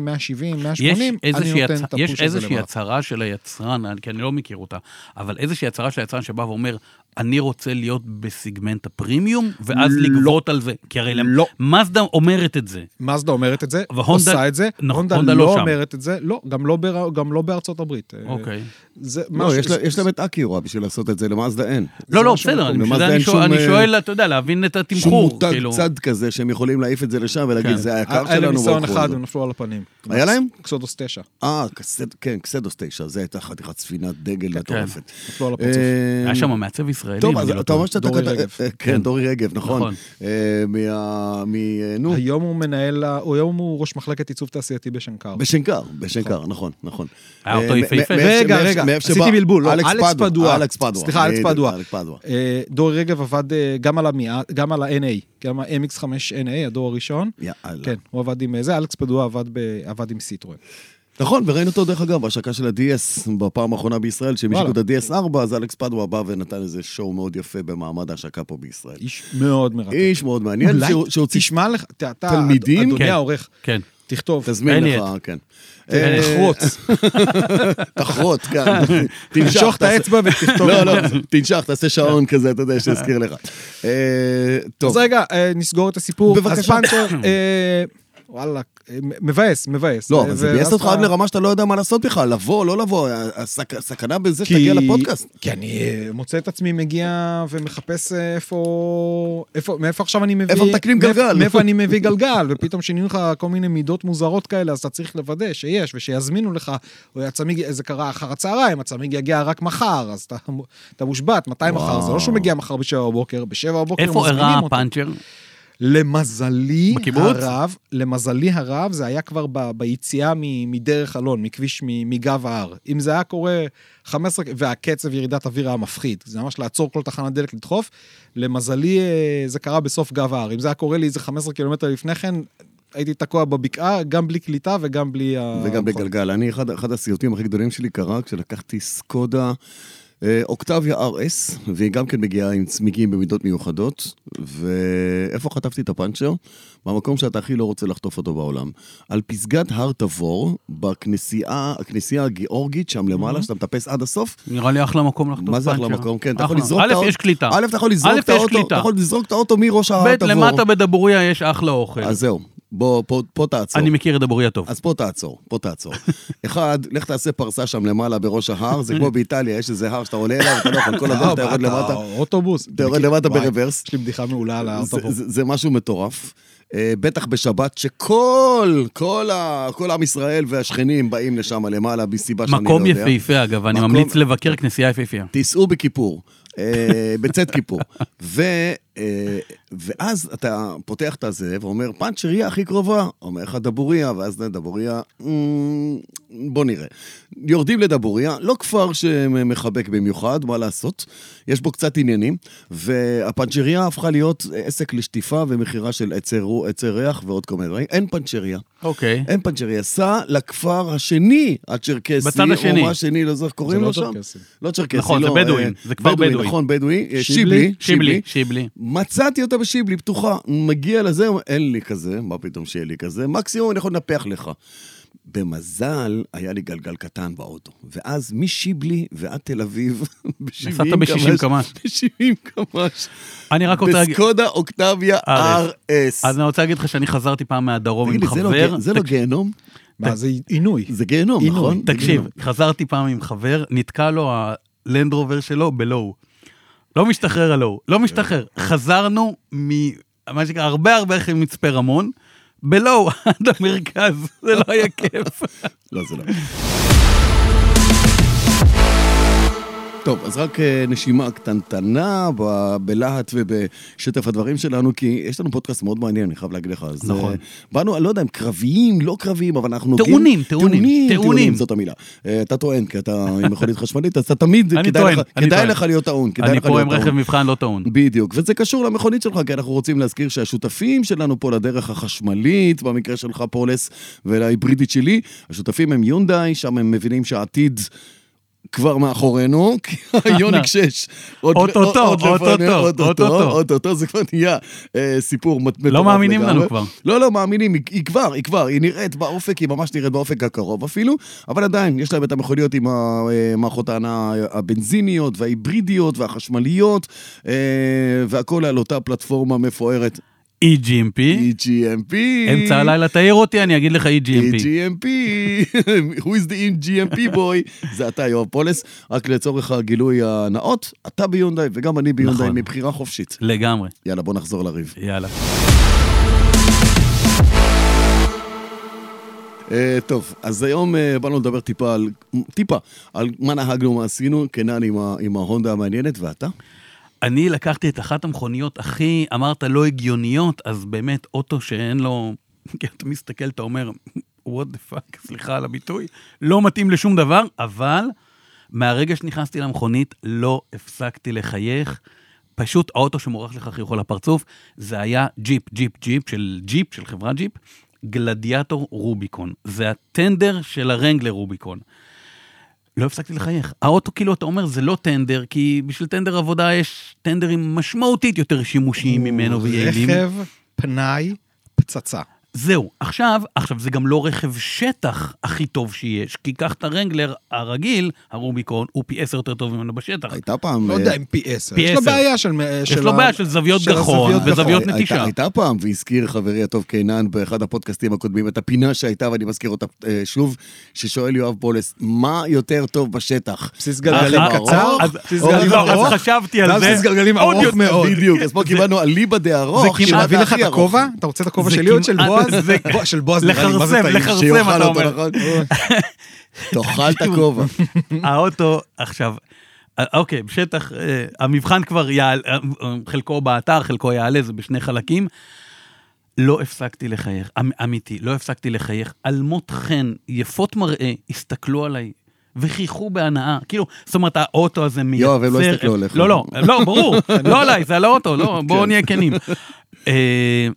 170, 180, יש אני איזושהי, נותן הצ... את יש הפוש הזה איזושהי למעלה. הצהרה של היצרן, אני- כי אני לא מכיר אותה, אבל איזושהי הצהרה של היצרן שבא ואומר, אני רוצה להיות בסגמנט הפרימיום, ואז לא. לגבות על זה. כי הרי לא. מזדה אומרת את זה. מזדה אומרת את זה, והונדה- עושה את זה, נכון, הונדה הונדה לא לא שם. אומרת את זה, לא, גם לא בר- גם לא בארצות הברית. אה, אוקיי. זה לא, משהו- יש לה- יש להם את אקיורה בשביל לעשות את זה, למאזדה אין. לא, לא, משהו בסדר, אני- מקומי. בשביל זה במאזדה אני אין שואל, אני שום, אה, שואל, אתה יודע, להבין את שום התמחור, מותג כאילו. צד כזה שהם יכולים להעיף את זה לשם ולהגיד, כן. זה היקר היה להם שלנו. אה, ניסיון והלכו אחד, על זה." הם נפלו על הפנים. היה להם? קסודוס 9, אה, קסד- כן, קסדוס 9, זו הייתה חתיכת ספינת דגל מטורפת. נפלו על הפרצוף. אה, כן, היה שם מעצב ישראלי. טוב, אם אז אני לא אתה אומר טועה. שאתה... דורי כתב- רגב. אה, אה, כן, דורי רגב, נכון. נכון. אה, מה... מ... אה, נו, היום הוא מנהל, ה- הוא- היום הוא ראש מחלקת עיצוב תעשייתי בשנקר. בשנקר, בשנקר, נכון, נכון. היה אותו אה, יפהפה. מ- מ- רגע, מאיפה- רגע, מאיפה עשיתי שבא- בלבול, לא, אלכס אלכס פדואה. פדואה. אלכס פדואה. סליחה, אלכס בדיוק, פדואה. אלכס פדואה. אה, דורי רגב עבד אה, גם על המיה- גם על ה-NA, גם ה-MX5NA, הדור הראשון. יאללה. כן, הוא עבד עם אה, זה, אלכס פדואה עבד ב- עבד עם סיטרואן. נכון, וראינו אותו דרך אגב בהשקה של ה-DS בפעם האחרונה בישראל, שהם השקו את וואלה. ה-DS4, אז אלכס פדווה בא ונתן איזה שואו מאוד יפה במעמד ההשקה פה בישראל. איש מאוד מרתק. איש מאוד מעניין, אוקיי. אולי שהוא- שהוציא... תשמע לך, אתה, אתה, תלמידים? אדוני כן. העורך, כן. תכתוב, תזמין אליוט. לך, כן. אה, [LAUGHS] תחרוץ, תחרות, [LAUGHS] כן. תנשוך, תמשוך את תעשה- האצבע ותכתוב. לא, לא, [LAUGHS] תנשך, תעשה שעון כזה, אתה יודע, שיזכיר לך. אה, טוב, אז רגע, אה, נסגור את הסיפור. בבקשה. אז פנתר, [COUGHS] אה, וואלה, אה, מ- מבאס, מבאס. לא, אה, אבל זה ואז ביאס אותך אתה- עד לרמה שאתה לא יודע מה לעשות בכלל, לבוא, לא לבוא, הסכ- הסכנה בזה שתגיע לפודקאסט. כי אני אה, מוצא את עצמי מגיע ומחפש אה, איפה, איפה, מאיפה עכשיו אני מביא, איפה מתקנים מאיפה- גלגל? מאיפה אני מביא גלגל, ופתאום שינינו לך כל מיני מידות מוזרות כאלה, אז אתה צריך לוודא שיש, ושיזמינו לך, או הצמיג, זה קרה אחר הצהריים, הצמיג יגיע רק מחר, אז אתה, אתה מושבת, מתי מחר, זה לא שהוא מגיע מחר בשבע בבוקר, בשבע אוקיי, בבוקר איפה מזמינים אירע אותו. הפאנצ'ר? למזלי בקיבוץ? הרב, למזלי הרב, זה היה כבר ב, ביציאה מ, מדרך אלון, מכביש, מ, מגב ההר. אם זה היה קורה 15, והקצב ירידת אוויר היה מפחיד, זה ממש לעצור כל תחנת דלק לדחוף, למזלי אה, זה קרה בסוף גב ההר. אם זה היה קורה לי איזה 15 קילומטר לפני כן, הייתי תקוע בבקעה, גם בלי קליטה וגם בלי... ה- נכון. וגם בגלגל. אני, אחד, אחד הסיוטים הכי גדולים שלי קרה כשלקחתי סקודה אה, אוקטביה RS, והיא גם כן מגיעה עם צמיגים במידות מיוחדות, ואיפה חטפתי את הפאנצ'ר? במקום שאתה הכי לא רוצה לחטוף אותו בעולם. על פסגת הר תבור, בכנסייה הכנסייה הגיאורגית שם למעלה, שאתה מטפס עד הסוף, נראה לי אחלה מקום לחטוף פאנצ'ר. מה זה אחלה מקום? כן, אתה יכול אחלה. לזרוק את א', האוטו. יש קליטה. א', אתה יכול לזרוק א', את יש האוטו, קליטה. אתה יכול לזרוק את האוטו מראש ההר ב', תבור. למטה בדבוריה יש אחלה אוכל. אז זהו, בוא, פה- פה תעצור. אני מכיר את דבוריה טוב. אז פה תעצור, פה [LAUGHS] תעצור. אחד, לך תעשה פרסה שם למעלה בראש ההר, [LAUGHS] זה כמו באיטליה, יש איזה הר שאתה עולה אליו, אתה לא יכול, כל [LAUGHS] הדרך אתה יורד למטה. אוטובוס. אתה יורד למטה וואי, ברוורס. יש לי בדיחה מעולה על זה- האוטובוס. זה זה משהו מטורף. אה, בטח בשבת, שכל, כל ה- כל עם ישראל והשכנים באים לשם למעלה, מסיבה שאני לא יודע. מקום יפהפה, אגב, אני מקום- ממליץ לבקר כנסייה יפהפייה. תיסעו בכיפור, אה, בצאת כיפור. ו, אה, ואז אתה פותח את הזה ואומר, פאנצ'ריה הכי קרובה. אומר לך דבוריה, ואז דבוריה, "אמ, בוא נראה. יורדים לדבוריה, לא כפר שמחבק במיוחד, מה לעשות? יש בו קצת עניינים, והפאנצ'ריה הפכה להיות עסק לשטיפה ומכירה של עצי רו- עצי ריח ועוד כל מיני דברים. אין פאנצ'ריה. אוקיי. אין פנצ'ריה, סע לכפר השני הצ'רקסי, בצד השני. או מה השני, לא זוכר איך קוראים זה לא לו שם. צ'רקסי. לא צ'רקסי, נכון, לא, זה בדואים, אה, זה כפר בדואי. נכון, בדואי. אה, שיבלי? שיבלי, שיבלי, שיבלי. מצאתי אותה בשיבלי, פתוחה. מגיע לזה, אומר, אין לי כזה, מה פתאום שיהיה לי כזה? מקסימום אני יכול לנפח לך. במזל, היה לי גלגל קטן באוטו. ואז משיבלי ועד תל אביב, [LAUGHS] ב-70 ב-60 קמ"ש. ב-70 קמ"ש. אני רק רוצה להגיד... בסקודה אוקטביה RS. RS. אז אני רוצה להגיד לך שאני חזרתי פעם מהדרום עם תגיד לי, זה לא חבר. ג- זה לא תק- גיהנום? מה, זה עינוי. זה גיהנום, עינוי. נכון? זה תקשיב, חזרתי פעם עם חבר, נתקע לו הלנדרובר שלו בלואו. לא משתחרר הלואו, לא משתחרר. אה. חזרנו מ... מה שנקרא, הרבה הרבה אחרי מצפה רמון, בלואו [LAUGHS] עד המרכז, זה לא היה כיף. לא, זה לא. טוב, אז רק אה, נשימה קטנטנה ב- בלהט ובשטף הדברים שלנו, כי יש לנו פודקאסט מאוד מעניין, אני חייב להגיד לך. אז, נכון. אה, באנו, אני לא יודע אם קרביים, לא קרביים, אבל אנחנו... טעונים, נוגעים- טעונים, טעונים, טעונים. טעונים, זאת המילה. אה, אתה טוען, כי אתה עם מכונית חשמלית, אז אתה תמיד, אני כדאי טוען, לך- אני כדאי טוען. לך להיות טעון. כדאי אני לך פה להיות עם רכב טעון. מבחן לא טעון. בדיוק, וזה קשור למכונית שלך, כי אנחנו רוצים להזכיר שהשותפים שלנו פה לדרך החשמלית, במקרה שלך פולס, ולהיברידית שלי, השותפים הם יונדאי, שם הם מבינים שהעתיד... כבר מאחורינו, [LAUGHS] כי היוניק 6. עוד- אוטוטו, עוד- עוד אוטוטו, לפנינו, אוטוטו. אוטוטו, זה כבר נהיה אה, סיפור מט- מטורף לא מאמינים לנו כבר. לא, לא, מאמינים, היא, היא כבר, היא כבר, היא נראית באופק, היא ממש נראית באופק הקרוב אפילו, אבל עדיין, יש להם את המכוניות עם ה- אה, מערכות ההנעה הבנזיניות וההיברידיות והחשמליות, אה, והכל על אותה פלטפורמה מפוארת, E EGMP, EGMP. אה? אמצע הלילה תעיר אותי, אני אגיד לך E E EGMP. EGMP, E [LAUGHS] who is the E EGMP boy? זה אתה, יואב פולס. רק לצורך הגילוי הנאות, אתה ביונדאי וגם אני ביונדאי נכון. מבחירה חופשית. לגמרי, יאללה, בוא נחזור לריב. יאללה. אה, טוב, אז היום אה, באנו לדבר טיפה על, טיפה, על מה נהגנו, מה עשינו, קנן עם, ה- עם ההונדה המעניינת, ואתה? אני לקחתי את אחת המכוניות הכי, אמרת, לא הגיוניות, אז באמת אוטו שאין לו... [LAUGHS] כי אתה מסתכל, אתה אומר, what the fuck, סליחה על הביטוי, לא מתאים לשום דבר, אבל מהרגע שנכנסתי למכונית לא הפסקתי לחייך. פשוט האוטו שמורח לך חיוך על הפרצוף, זה היה ג'יפ, ג'יפ, ג'יפ, של ג'יפ, של חברת ג'יפ, גלדיאטור רוביקון. זה הטנדר של הרנגלר רוביקון. לא הפסקתי לחייך. האוטו, כאילו, אתה אומר, זה לא טנדר, כי בשביל טנדר עבודה יש טנדרים משמעותית יותר שימושיים ממנו ויעילים. רכב, פנאי, פצצה. זהו, עכשיו, עכשיו זה גם לא רכב שטח הכי טוב שיש, כי קח את הרנגלר הרגיל, הרוביקון, הוא פי עשר יותר טוב ממנו בשטח. הייתה פעם... לא אה, יודע אם פי עשר. פי יש לו עשר. בעיה של... יש לו בעיה של זוויות גחון אה, וזוויות הייתה- נטישה. הייתה פעם, והזכיר חברי הטוב קינן באחד הפודקאסטים הקודמים את הפינה שהייתה, ואני מזכיר אותה אה, שוב, ששואל יואב פולס, מה יותר טוב בשטח? בסיס גלגלים רכב קצר, ארוך, אז- בסיס או גלגלים רכב לא, ארוך, אז חשבתי על ואז זה. בסיס גלגלים עוד ארוך יותר. מאוד. בדיוק, אז [LAUGHS] פה קיבלנו אליבא דארוך, זה כמעט- כמעט להביא לך הכי את ארוך. הכובע? אתה רוצה את הכובע זה שלי או את של כמעט- בועז? זה- [LAUGHS] בוא, של בועז נראה לי, מה זה לכרסם, טעים. לכרסם. שיאכל אתה אותו, אומר. נכון? תאכל את [LAUGHS] הכובע. [LAUGHS] האוטו, עכשיו, אה, אוקיי, בשטח, אה, המבחן כבר יעלה, אה, אה, חלקו באתר, חלקו יעלה, זה בשני חלקים. לא הפסקתי לחייך, אמ- אמיתי, לא הפסקתי לחייך. אלמות חן, יפות מראה, הסתכלו עליי. וחייכו בהנאה, כאילו, זאת אומרת, האוטו הזה מייצר... יואב, הם לא הסתכלו עליך. כן. [LAUGHS] לא, לא, לא, ברור, לא עליי, זה על האוטו, לא, בואו נהיה כנים. אה,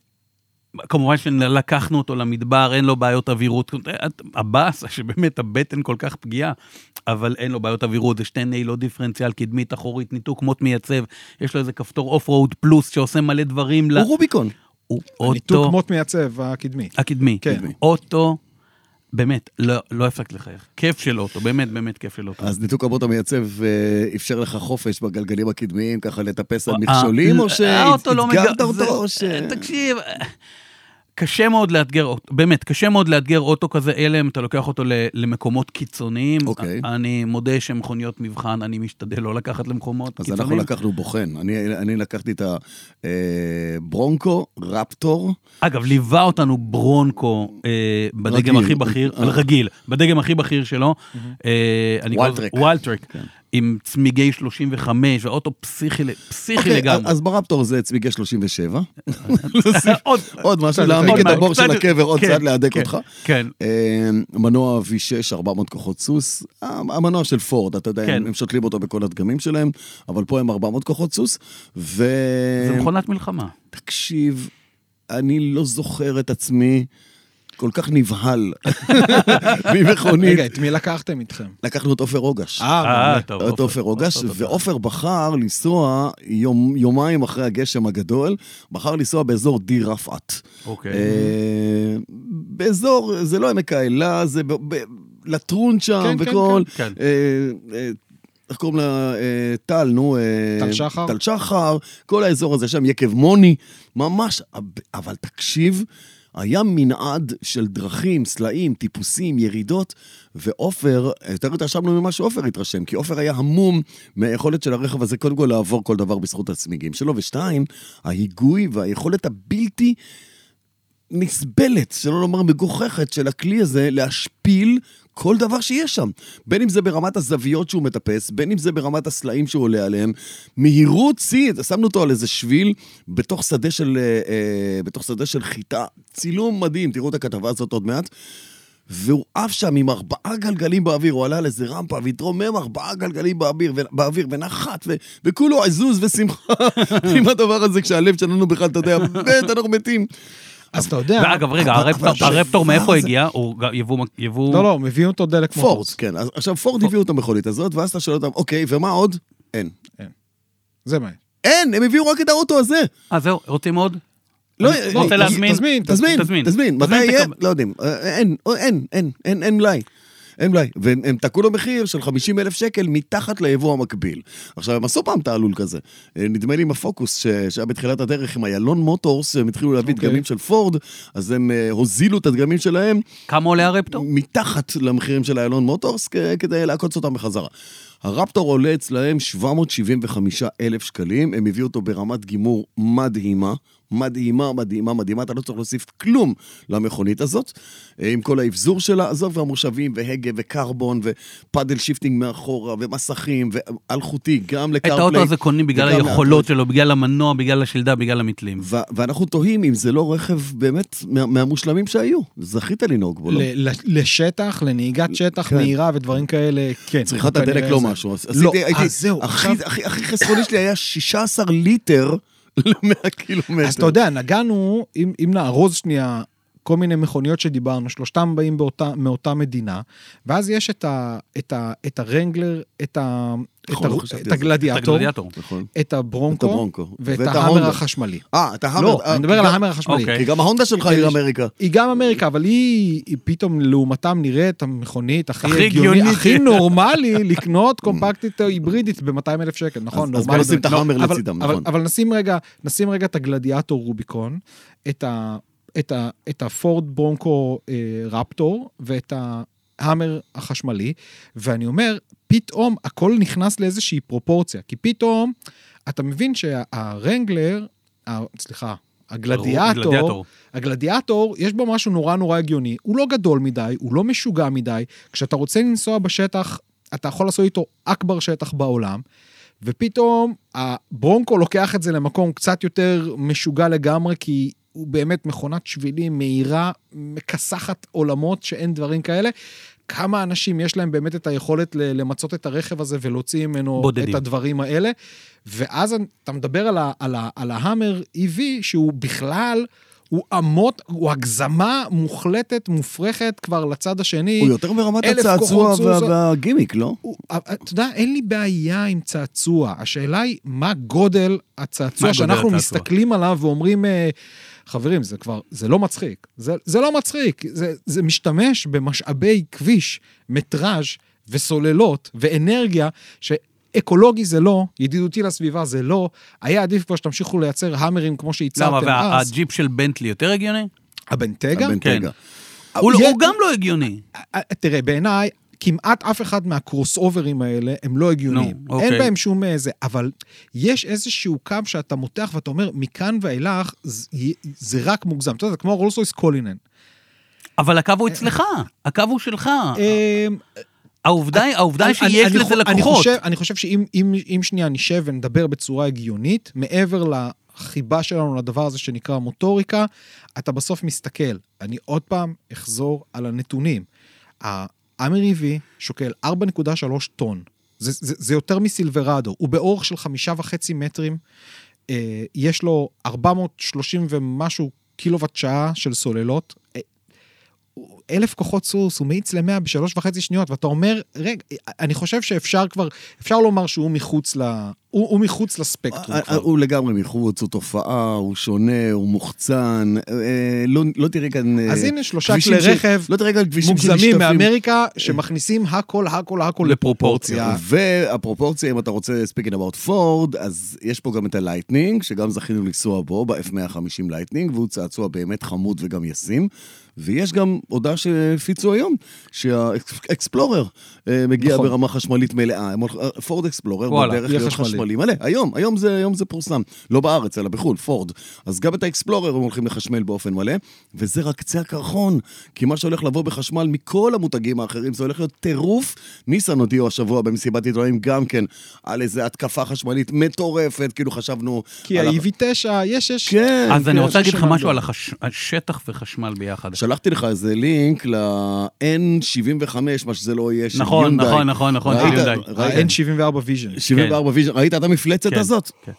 כמובן שלקחנו אותו למדבר, אין לו בעיות אווירות. הבאסה שבאמת הבטן כל כך פגיעה, אבל אין לו בעיות אווירות, זה שתי נעילות דיפרנציאל, קדמית, אחורית, ניתוק מוט מייצב, יש לו איזה כפתור אוף רוד פלוס שעושה מלא דברים. לא. ל- הוא רוביקון. הוא ניתוק אוטו מוט מייצב הקדמי. הקדמי. כן. אוטו, באמת, לא לא הפסקתי לחייך. כיף של אוטו, באמת, באמת כיף של אוטו. אז ניתוק הבוט המייצב אה, אפשר לך חופש בגלגלים הקדמיים, ככה לטפס על אה, מכשולים, או האוטו לא מגר- שהתגרת זה- אה, אותו, או ש... תקשיב, קשה מאוד לאתגר אוטו, באמת, קשה מאוד לאתגר אוטו כזה, אלא אם אתה לוקח אותו ל- למקומות קיצוניים. אוקיי. אני מודה שמכוניות מבחן, אני משתדל לא לקחת למקומות אז אנחנו קיצוניים. לקחנו בוחן. אני, אני לקחתי את הברונקו, רפטור, אגב, ליווה אותנו ברונקו אה, בדגם רגיל. הכי בכיר, אה. רגיל, בדגם הכי בכיר שלו, אה, אני כל הזמן- וולטרק. וולטרק, כן. עם צמיגי 35, והאוטו פסיכי ל- פסיכי אוקיי, לגמרי. אה, אז ברפטור זה צמיגי [LAUGHS] 37. עוד- עוד משהו, קצת להעמיק את יותר. הבור קצת של יותר. הקבר, עוד כן, צעד להדק כן, אותך. כן. אה, מנוע V6, 400 כוחות סוס. אה, המנוע של פורד, אתה יודע, כן. הם הם שותלים אותו בכל הדגמים שלהם, אבל פה הם 400 כוחות סוס. ו... זה אה, נכון. מכונת מלחמה. תקשיב, אני לא זוכר את עצמי כל כך נבהל ממכונית. רגע, את מי לקחתם איתכם? לקחנו את עופר רוגש. אה, אה, טוב. את עופר רוגש, ועופר בחר לנסוע יום, יומיים אחרי הגשם הגדול, בחר לנסוע באזור דיר רפעת. אוקיי. אה, באזור, זה לא עמק האלה, זה ב, ב, לטרון שם כן, כן, וכל... כן, כן. אה, אה, איך קוראים לה? אה, טל, נו. אה, טל שחר? טל שחר, כל האזור הזה שם, יקב מוני, ממש, אבל תקשיב, היה מנעד של דרכים, סלעים, טיפוסים, ירידות, ועופר, יותר התרשמנו ממה שעופר התרשם, כי עופר היה המום מהיכולת של הרכב הזה, קודם כל לעבור כל דבר בזכות הצמיגים שלו, ושתיים, ההיגוי והיכולת הבלתי... נסבלת, שלא לומר מגוחכת, של הכלי הזה להשפיל כל דבר שיש שם. בין אם זה ברמת הזוויות שהוא מטפס, בין אם זה ברמת הסלעים שהוא עולה עליהם. מהירות שיא, שמנו אותו על איזה שביל בתוך שדה של, אה, אה, בתוך שדה של חיטה. צילום מדהים, תראו את הכתבה הזאת עוד מעט. והוא עף שם עם ארבעה גלגלים באוויר, הוא עלה על איזה רמפה והתרומם ארבעה גלגלים באוויר, ו- באוויר ונחת, ו- וכולו עזוז ושמחה עם הדבר הזה, כשהלב שלנו בכלל, אתה יודע, מת, אנחנו מתים. אז אתה יודע... ואגב, רגע, אבל- הרפטור- אבל הרפטור זה- מאיפה זה- הגיע? הוא ג- יבוא... מק- יבוא- לא, לא, מביאים אותו דלק פורד, מוטורס. כן. אז עכשיו פורד הביאו את המכונית הזאת, ואז אתה שואל אותם, אוקיי, ומה עוד? אין. זה מה. אין, הם הביאו רק את האוטו הזה. אה, זהו, רוצים עוד? לא, לא, רוצה אה, להזמין? תזמין, תזמין, תזמין. תזמין, מתי תזמין, יהיה? תקבל. לא יודעים. אה, אין, אה, אין, אין, אין, אין מלאי. אין מלאי. והם תקעו לו מחיר של 50 אלף שקל מתחת ליבוא המקביל. עכשיו, הם עשו פעם תעלול כזה. אה, נדמה לי עם הפוקוס ש- שהיה בתחילת הדרך, עם איילון מוטורס, הם התחילו להביא אוקיי. דגמים של פורד, אז הם אה, הוזילו את הדגמים שלהם, כמה עולה הרפטור? מתחת למחירים של איילון מוטורס כ- כדי לעקוץ אותם בחזרה. הרפטור עולה אצלהם 775 אלף שקלים, הם הביאו אותו ברמת גימור מדהימה. מדהימה, מדהימה, מדהימה, אתה לא צריך להוסיף כלום למכונית הזאת, אה, עם כל האבזור שלה, עזוב כבר מושבים והגה וקרבון ופאדל שיפטינג מאחורה ומסכים ואלחוטי, גם את לקרפליי. האוטו הזה קונים בגלל וגם היכולות שלו, בגלל המנוע, בגלל השלדה, בגלל המתלים. ו- ואנחנו תוהים אם זה לא רכב באמת מה- מהמושלמים שהיו, זכית לנהוג בו. לא? ל- ל- לשטח, לנהיגת שטח כן. מהירה ודברים כאלה, כן. צריכת הוא הדלק כנראה לא זה. משהו. אז לא, עשיתי- הייתי- אז זהו, הכי- עכשיו- הכי- הכי חסכוני שלי היה 16 ליטר ל-100 קילומטר. אז אתה יודע, נגענו, אם, אם נארוז שנייה, כל מיני מכוניות שדיברנו, שלושתם באים באותה, מאותה מדינה, ואז יש את, ה, את, ה, את הרנגלר, את, ה, נכון, את, לא ה, חשבתי את על זה. אתה הגלדיאטור, גלדיאטור. נכון. את הברונקו, את הברונקו, ואת, ואת ההאמר ההונדה. החשמלי. אה, אתה המר. לא, אה, אני מדבר על אה, גם- ההאמר החשמלי. אוקיי. כי גם ההונדה שלך היא אמריקה. היא גם אמריקה, אבל היא, היא פתאום לעומתם נראית המכונית הכי הכי הגיונית, הגיונית. הכי נורמלי לקנות קומפקטית או היברידית ב-200 אלף שקל, נכון? אז- אז בוא נורמלי. נשים את ההאמר לא, אבל- לצידם, אבל- נכון. אבל נשים רגע, נשים רגע את הגלדיאטור רוביקון, את ה- את ה- את הפורד ברונקו אה, רפטור ואת ההאמר החשמלי, ואני אומר, פתאום הכל נכנס לאיזושהי פרופורציה, כי פתאום אתה מבין שהרנגלר, ה- סליחה, הגלדיאטור, גלדיאטור. הגלדיאטור, יש בו משהו נורא נורא הגיוני. הוא לא גדול מדי, הוא לא משוגע מדי. כשאתה רוצה לנסוע בשטח, אתה יכול לעשות איתו אכבר שטח בעולם, ופתאום הברונקו לוקח את זה למקום קצת יותר משוגע לגמרי, כי הוא באמת מכונת שבילים מהירה, מכסחת עולמות שאין דברים כאלה. כמה אנשים יש להם באמת את היכולת ל- למצות את הרכב הזה ולהוציא ממנו בודדים. את הדברים האלה. ואז אתה מדבר על, ה- על, ה- על ההאמר EV, שהוא E בכלל, הוא אמות, הוא הגזמה מוחלטת, מופרכת כבר לצד השני. הוא יותר ברמת אה, אלף הצעצוע כוחות וה- זוזות. והגימיק, לא? הוא- אה, אתה יודע, אין לי בעיה עם צעצוע. השאלה היא, מה גודל הצעצוע מה גודל שאנחנו הצעצוע? מסתכלים עליו ואומרים, אה, חברים, זה כבר, זה לא מצחיק. זה, זה לא מצחיק, זה, זה משתמש במשאבי כביש, מטראז' וסוללות ואנרגיה, ש... אקולוגי זה לא, ידידותי לסביבה זה לא, היה עדיף כבר שתמשיכו לייצר האמרים כמו למה, שייצרתם אז. והג'יפ של בנטלי יותר הגיוני? הבנטגה? הבנ- כן. רגע. הוא לא- יהיה- הוא גם לא הגיוני. אה, תראה, בעיניי, כמעט אף אחד מהקרוס אוברים האלה הם לא הגיוניים. נו, אוקיי. אין בהם שום אה, זה, אבל יש איזשהו קו שאתה מותח ואתה אומר, מכאן ואילך זה, זה רק מוגזם. אתה יודע, זה כמו רולס רויס קולינן. אבל הקו הוא אצלך, הקו הוא שלך. אה. אמ, העובדה היא- העובדה היא אני- שיש אני- לזה אני- אני לקוחות. חושב- אני חושב שאם אם- אם שנייה נשב ונדבר בצורה הגיונית, מעבר לחיבה שלנו לדבר הזה שנקרא מוטוריקה, אתה בסוף מסתכל. אני עוד פעם אחזור על הנתונים. האמרי וי שוקל 4.3 טון. זה, זה, זה יותר מסילברדו, הוא באורך של חמישה וחצי מטרים, אה, יש לו 430 ומשהו קילוואט שעה של סוללות, אה, הוא- אלף כוחות סוס, הוא מאיץ ל-100 בשלוש וחצי שניות, ואתה אומר, רגע, אני חושב שאפשר כבר, אפשר לומר שהוא מחוץ ל... הוא, הוא מחוץ לספקטרום אה, כבר. הוא לגמרי מחוץ, הוא תופעה, הוא שונה, הוא מוחצן. אה, לא- לא תראה כאן... אה, אז הנה שלושה כבישים כלי ש- רכב לא תראה כאן כבישים מוגזמים שנשטפים. מאמריקה, שמכניסים הכל, הכל, הכל לפרופורציה. לפרופורציה. והפרופורציה, אם אתה רוצה speaking about פורד, אז יש פה גם את הלייטנינג, שגם זכינו לנסוע בו, ב-F150 לייטנינג, והוא צעצוע באמת חמוד וגם ישים. ויש גם הודעה שהפיצו היום, שהאקספלורר אה, מגיע נכון. ברמה חשמלית מלאה. הם הולכים- אה, פורד אקספלורר וואלה, בדרך יהיה להיות חשמלי. חשמלי מלא. היום, היום זה, היום זה פורסם. לא בארץ, אלא בחו"ל, פורד. אז גם את האקספלורר הם הולכים לחשמל באופן מלא, וזה רק קצה הקרחון. כי מה שהולך לבוא בחשמל מכל המותגים האחרים, זה הולך להיות טירוף. ניסן הודיעו השבוע במסיבת עיתונאים גם כן על איזו התקפה חשמלית מטורפת, כאילו חשבנו... כי על ה- ה-EV9, יש, יש... כן. אז אני כן, רוצה להגיד לך ששמענו. משהו על החש- השטח וחשמל ביחד. שלחתי לך איזה לינק ל-N75, מה שזה לא יהיה, של נכון, יונדאי. נכון, נכון, נכון, של ראית- יונדאי. ראית? ה-N74 ויז'ן. 74 ויז'ן, ראית את המפלצת כן, הזאת? כן.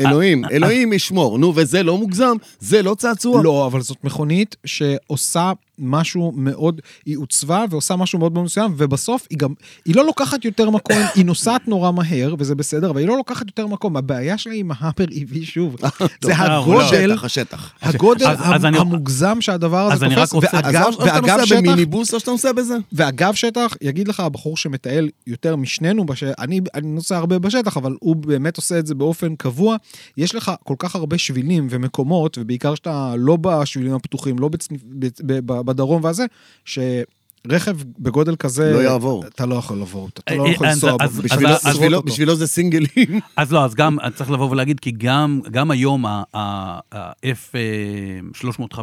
אה, אלוהים, אלוהים ישמור. נו, וזה לא מוגזם? זה לא צעצוע? [LAUGHS] לא, אבל זאת מכונית שעושה משהו מאוד, היא עוצבה ועושה משהו מאוד מאוד מסוים, ובסוף היא גם, היא לא לוקחת יותר מקום, היא נוסעת נורא מהר, וזה בסדר, אבל היא לא לוקחת יותר מקום. הבעיה שלה עם ההאפר EV שוב, לא, זה אה, הגודל, שטח, השטח. הגודל אז- אז אני- המ- המוגזם שהדבר אז הזה אני תופס, רק רוצה- אז או- ואגב- או שאתה ואגב נוסע שטח, במיניבוס או שאתה נוסע בזה. ואגב שטח, יגיד לך הבחור שמטייל יותר משנינו, בש... אני, אני נוסע הרבה בשטח, אבל הוא באמת עושה את זה באופן קבוע. יש לך כל כך הרבה שבילים ומקומות, ובעיקר שאתה לא בשבילים הפתוחים, לא בצניפ... ב... ב... ב... בדרום והזה, שרכב בגודל כזה... לא יעבור. אתה לא יכול לעבור, אותו, אתה אה, לא אה, יכול אז- לנסוע בו. אז- בשביל בשבילו- לא אז- בשבילו- אותו. בשבילו זה [LAUGHS] סינגלים. אז לא, אז גם אז צריך לבוא ולהגיד, כי גם, גם היום אה, ה-F350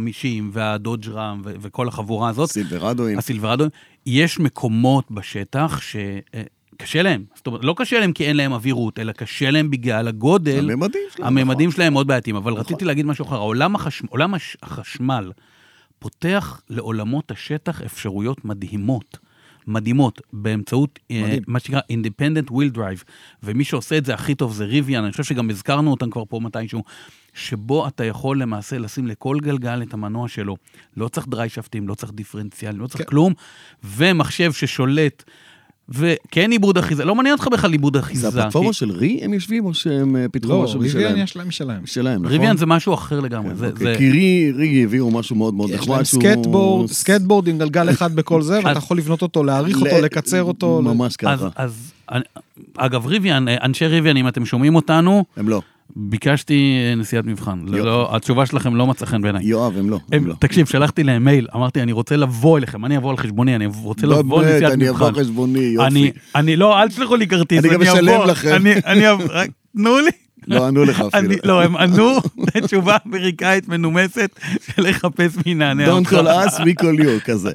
והדודג' רם ו- וכל החבורה הזאת, סילברדוים. הסילברדו, יש מקומות בשטח שקשה להם. זאת אומרת, לא קשה להם כי אין להם אווירות, אלא קשה להם בגלל הגודל. הממדים שלהם, נכון. הממדים שלהם מאוד בעייתיים, אבל רציתי להגיד משהו אחר. העולם החשמ- עולם הש- החשמל פותח לעולמות השטח אפשרויות מדהימות. מדהימות, באמצעות אה, מדהים. מה שנקרא Independent Wheel Drive, ומי שעושה את זה הכי טוב זה ריוויאן, אני חושב שגם הזכרנו אותם כבר פה מתישהו, שבו אתה יכול למעשה לשים לכל גלגל את המנוע שלו. לא צריך דרי שפטים, לא צריך דיפרנציאלים, לא צריך כן. כלום, ומחשב ששולט, וכן עיבוד אחיזה, לא מעניין אותך בכלל עיבוד זה אחיזה. הפלטפורמה כי- של רי הם יושבים או שהם אה, פיתחו לא, משהו ריביאן משלהם? יש להם משלהם. שלהם, נכון? ריוויאן זה משהו אחר לגמרי. כן, זה- אוקיי. זה- כי רי, רי הביאו משהו מאוד מאוד יש נחמד. להם שהוא- סקטבורד, סקטבורד עם גלגל אחד בכל זה, ואתה יכול לבנות אותו, להעריך אותו, ל- לקצר אותו. ממש אז, ככה. אז אני- אגב, ריוויאן, אנשי ריוויאן, אם אתם שומעים אותנו, הם לא. ביקשתי אה, נסיעת מבחן. לא- יופי. לא, התשובה שלכם לא מצאה חן בעיניי. יואב, הם לא. הם הם, לא. תקשיב, שלחתי להם מייל, אמרתי, אני רוצה לבוא אליכם, אני אבוא על חשבוני, אני רוצה לבוא לא, באמת, לנסיעת אני מבחן. אבוא חשבוני, אני, יופי. אני, לא, אל תשלחו לי כרטיס, אני גם אשלם אבוא, לכם. אני, אני אבוא, רק תנו לי. לא ענו לך אפילו. אני, לא, הם ענו, תשובה אמריקאית מנומסת של לחפש מי נענה Don't אותך. call us, אה. we call you, [LAUGHS] כזה.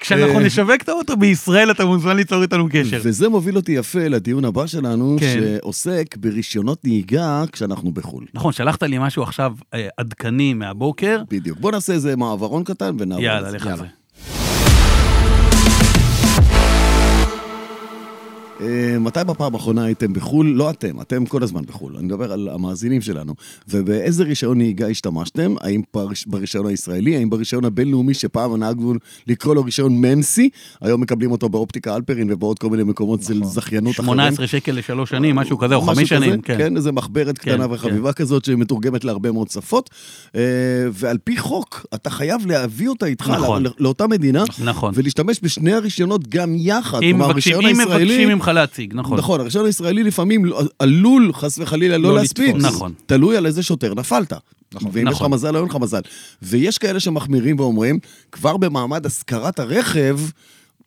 כשאנחנו נשווק את האוטו בישראל, אתה מוזמן ליצור איתנו קשר. וזה מוביל אותי יפה לדיון הבא שלנו, כן. שעוסק ברישיונות נהיגה כשאנחנו בחו"ל. נכון, שלחת לי משהו עכשיו אה, עדכני מהבוקר, בדיוק. בוא נעשה איזה מעברון קטן ונעבור. יאללה, על זה. לך על זה. אה, מתי בפעם האחרונה הייתם בחו"ל? לא אתם, אתם כל הזמן בחו"ל. אני מדבר על המאזינים שלנו. ובאיזה רישיון נהיגה השתמשתם? האם פרש- ברישיון הישראלי? האם ברישיון הבינלאומי שפעם נהגנו לקרוא לו רישיון מנסי? היום מקבלים אותו באופטיקה אלפרין ובעוד כל מיני מקומות של נכון. זכיינות אחרים. 18 שקל לשלוש שנים, משהו כזה, או חמש כזה, שנים, כן. כן, איזה מחברת קטנה כן. וחביבה כזאת שמתורגמת להרבה מאוד שפות. אה, ועל פי חוק, אתה חייב להביא אותה איתך נכון. לא- לאותה מדינה, נכון. ולהשתמש בשני הרישיונות גם יחד. אם כלומר, מבקשים הרישיון אם הישראלי... מבקשים ממך להציג, נכון. נכון, הרישיון הישראלי לפעמים לא- עלול, חס וחלילה, לא, לא להספיק. לתפוס. נכון. תלוי על איזה שוטר נפלת. נכון, ואם יש לך נכון. מזל או אין לך מזל. ויש כאלה שמחמירים ואומרים, כבר במעמד השכרת הרכב,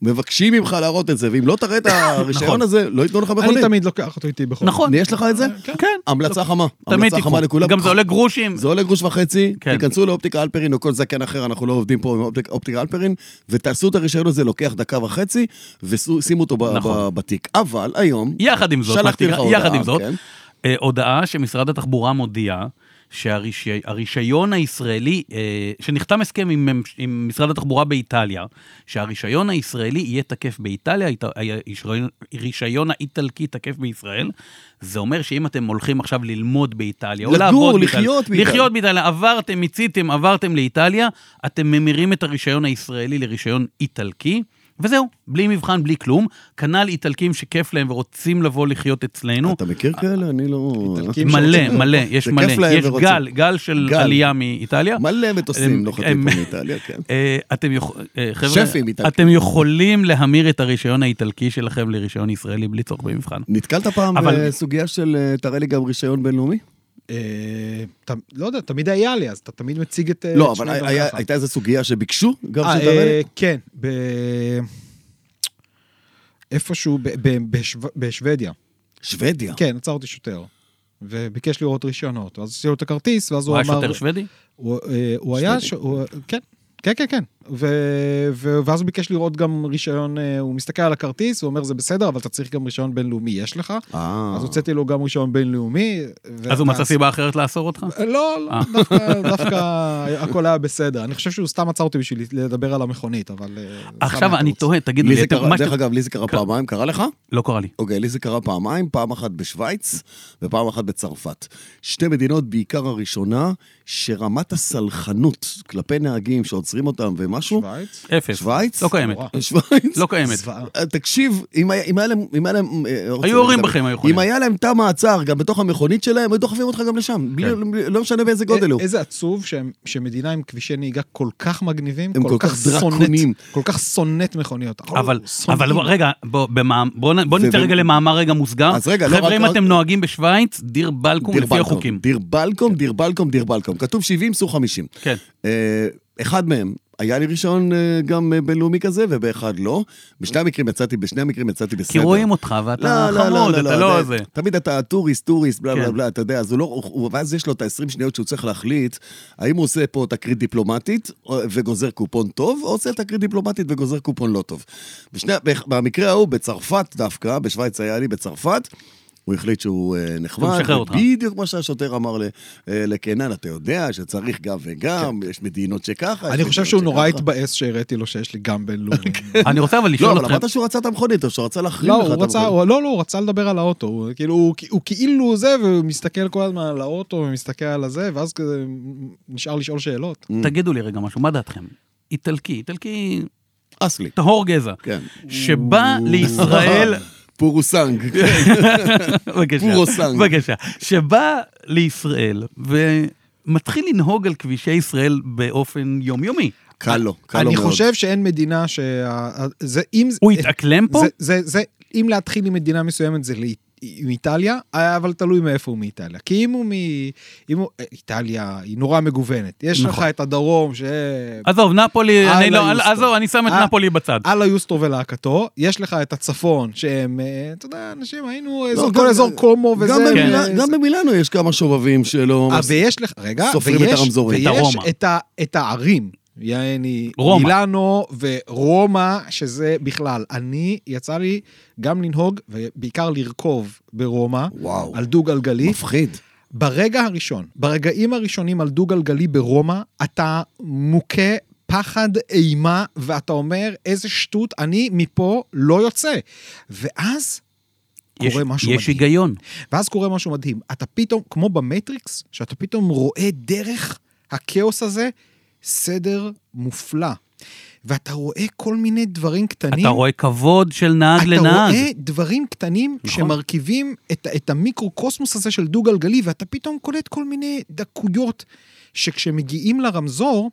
מבקשים ממך להראות את זה, ואם לא [LAUGHS] תראה את הרישיון נכון. הזה, לא ייתנו לך מכונית. אני תמיד לוקח אותו איתי בכל נכון. יש לך את זה? כן. המלצה חמה. תמיד המלצה חמה תיקחו. לכולם. גם זה עולה גרושים. זה עולה גרוש וחצי, כן. תיכנסו לאופטיקה אלפרין או כל זקן אחר, אנחנו לא עובדים פה עם אופטיק- אופטיקה אלפרין, ותעשו את הרישיון הזה, לוקח דקה וחצי, ושימו אותו ב- נכון. ב- בתיק. אבל היום, יחד עם זאת, שלחתי לך מה שנקרא, הודעה, יחד עם זאת, כן. אה, הודעה שמשרד התחבורה מודיע שהרישיון הישראלי, אה, שנחתם הסכם עם, ממש- עם משרד התחבורה באיטליה, שהרישיון הישראלי יהיה תקף באיטליה, הית- היה- רישיון- רישיון האיטלקי תקף בישראל. זה אומר שאם אתם הולכים עכשיו ללמוד באיטליה, או לגור, לעבוד לחיות באיטליה. לחיות באיטליה, עברתם, מיציתם, עברתם לאיטליה, אתם ממירים את הרישיון הישראלי לרישיון איטלקי, וזהו, בלי מבחן, בלי כלום. כנ"ל איטלקים שכיף להם ורוצים לבוא לחיות אצלנו. אתה מכיר כאלה? אני לא... איטלקים מלא, שרוצים- מלא, יש זה מלא. כיף להם יש ורוצים. גל, גל של גל. עלייה מאיטליה. מלא מטוסים הם- נוחתים פה הם- מאיטליה, כן. אה, אתם יכול- אה, חבר'ה, שפים איטלקים. אתם יכולים להמיר את הרישיון האיטלקי שלכם לרישיון ישראלי בלי צורך במבחן. נתקלת פעם אבל- בסוגיה של אה, תראה לי גם רישיון בינלאומי? אה, ת- לא יודע, תמיד היה לי, אז אתה תמיד מציג את... אה, לא, את אבל שמי גם היה- ככה. הייתה איזו סוגיה שביקשו גם אה, שתראה אה, לי? כן, ב... איפשהו ב- ב- בשו- בשוודיה. שוודיה. כן, עצר אותי שוטר. וביקש לראות רישיונות, ואז עשיתי לו את הכרטיס, ואז הוא הוא היה אמר... שוטר שוודי? הוא, אה, הוא היה... ש... הוא... כן, כן, כן, כן. ו... ו... ואז הוא ביקש לראות גם רישיון, אה, הוא מסתכל על הכרטיס, הוא אומר, זה בסדר, אבל אתה צריך גם רישיון בינלאומי, יש לך? אה. אז הוצאתי לו גם רישיון בינלאומי. ו- אז הוא מצא ואז- סיבה אחרת לאסור אותך? לא, לא, אה. דווקא, דווקא הכל היה בסדר. אני חושב שהוא סתם עצר אותי בשביל לדבר על המכונית, אבל... אה, שם עכשיו היה אני תירוץ. תוהה, תגיד לי לי, זה אתם- קרה, מה דרך שאתם- אגב, לי זה קרה פעמיים, קרה לך? לא קרה לי. אוקיי, לי זה קרה פעמיים, פעם אחת בשוויץ ופעם אחת בצרפת. שתי מדינות, בעיקר הראשונה, שרמת הסלחנות כלפי נהגים שעוצרים אותם ומשהו... שווייץ? אפס. שווייץ? לא קיימת. נורא. שווייץ? לא קיימת. זוועה. אה, תקשיב, אם היה אם היה להם... אם היה להם, אה, רוצה יורים לדבר. בכם, היו יכולים. אם היה להם תא מעצר, גם בתוך המכונית שלהם, היו דוחפים אותך גם לשם. כן. בלי- בלי- לא משנה באיזה גודל הוא. א- איזה עצוב שהם- שמדינה עם כבישי נהיגה כל כך מגניבים, הם כל כל כך כך דרקוניים. שונאת, כל כך שונאת מכוניות. אבל, שונאים. אבל בוא- רגע, בוא, במאמ- בוא, נ- בוא נצא ובמ- רגע למאמר רגע מוסגר. אז רגע, לא, רק- חבר'ה, אם רק- אתם נוהגים בשוויץ, דיר בלקום לפי בלקום, החוקים. דיר בלקום, דיר בלקום, דיר בלקום. כתוב 70, סעו 50. כן. אה, אחד מהם, היה לי רישיון אה, גם אה, בינלאומי כזה, ובאחד לא. בשני המקרים יצאתי, בשני המקרים יצאתי בסדר. כי רואים אותך ואתה חמוד, אתה לא זה. [LAUGHS] תמיד אתה טוריסט, טוריסט, בלה כן. בלה בלה, אתה יודע, אז הוא לא, הוא- הוא- ואז יש לו את ה-20 שניות שהוא צריך להחליט, האם הוא עושה פה תקרית דיפלומטית או- וגוזר קופון טוב, או עושה תקרית דיפלומטית וגוזר קופון לא טוב. בשני, באח- במקרה ההוא, בצרפת דווקא, בשוויץ היה לי בצרפת, הוא החליט שהוא אה, נחמד, הוא משחרר אותך. בדיוק מה שהשוטר אמר ל- אה, לקנן, אתה יודע שצריך גם וגם, כן. יש מדינות שככה. יש אני חושב מדינות שהוא נורא שככה." התבאס שהראיתי לו שיש לי [LAUGHS] גם בינלאומי. אני רוצה אבל לשאול לא, אבל אתכם, אמרת שהוא רצה את המכונית, או שהוא רצה להחרים לא, לך את הוא רצה, המכונית. הוא, לא, לא, הוא רצה לדבר על האוטו, הוא כאילו, הוא, הוא כאילו זה, והוא מסתכל כל הזמן על האוטו, ומסתכל על הזה, ואז כזה נשאר לשאול שאלות. תגידו לי רגע משהו, מה דעתכם? איטלקי, איטלקי אס לי. טהור גזע, כן. שבא [LAUGHS] לישראל, [LAUGHS] פורוסנג. בבקשה, פורוסנג. בבקשה, שבא לישראל ומתחיל לנהוג על כבישי ישראל באופן יומיומי. קל לו, קל לו אני לא מאוד. חושב שאין מדינה שה... זה, אם... הוא התאקלם פה? אה, זה, זה, זה, אם להתחיל עם מדינה מסוימת זה לאי- עם איטליה, אה, אבל תלוי מאיפה הוא מאיטליה. כי אם הוא מ... אם הוא... אה, איטליה היא נורא מגוונת. יש נכון. לך את הדרום, ש... עזוב, נפולי, אני אללה לא, יוסטו. עזוב, אני שם את אה, נפולי בצד. אללה יוסטו ולהקתו, יש לך את הצפון, שהם, אה, אתה יודע, אנשים היינו, אזור, גם- כל אזור קומו וזה. לא, אה, גם במילה- וזה- גם במילאנו יש כמה שובבים שלא... אה, ממש- ויש לך, רגע, סופרים את ויש, הרמזורים. ויש את הרומא. את, ה, את הערים, יעני, רומא. מילאנו ורומא, שזה בכלל, אני, יצא לי גם לנהוג, ובעיקר לרכוב ברומא, וואו. על דו-גלגלי. מפחיד. ברגע הראשון, ברגעים הראשונים על דו-גלגלי ברומא, אתה מוכה פחד, אימה, ואתה אומר, איזה שטות, אני מפה לא יוצא. ואז יש, קורה משהו יש מדהים. היגיון. ואז קורה משהו מדהים. אתה פתאום, כמו במטריקס, שאתה פתאום רואה דרך הכאוס הזה סדר מופלא. ואתה רואה כל מיני דברים קטנים. אתה רואה כבוד של נהג אתה לנהג. רואה דברים קטנים נכון. שמרכיבים את, את המיקרו-קוסמוס הזה של דו-גלגלי, ואתה פתאום קולט כל מיני דקויות שכשמגיעים לרמזור,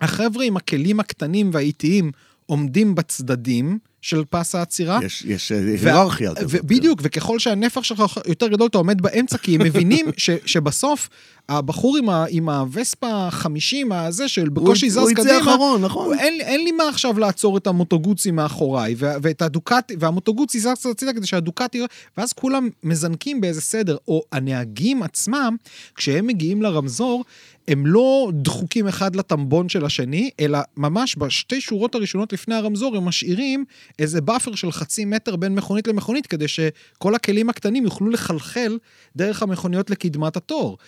החבר'ה עם הכלים הקטנים והאיטיים עומדים בצדדים של פס העצירה. יש- יש אה, וה- היררכיה. ו- כזאת. בדיוק, וככל שהנפח שלך יותר גדול, אתה עומד באמצע, [LAUGHS] כי הם מבינים ש, שבסוף הבחור עם, ה, עם הווספה 50, הזה, הוא- שבקושי זז הוא יצא קדימה, אחרון, נכון. אין, לי- אין לי מה עכשיו לעצור את המוטוגוצי מאחוריי, וה- ואת הדוקטי, והמוטוגוצי זז קצת הצידה כדי שהדוקטי, ואז כולם מזנקים באיזה סדר, או הנהגים עצמם, כשהם מגיעים לרמזור, הם לא דחוקים אחד לטמבון של השני, אלא ממש בשתי שורות הראשונות לפני הרמזור הם משאירים איזה באפר של חצי מטר בין מכונית למכונית, כדי שכל הכלים הקטנים יוכלו לחלחל דרך המכוניות לקדמת התור.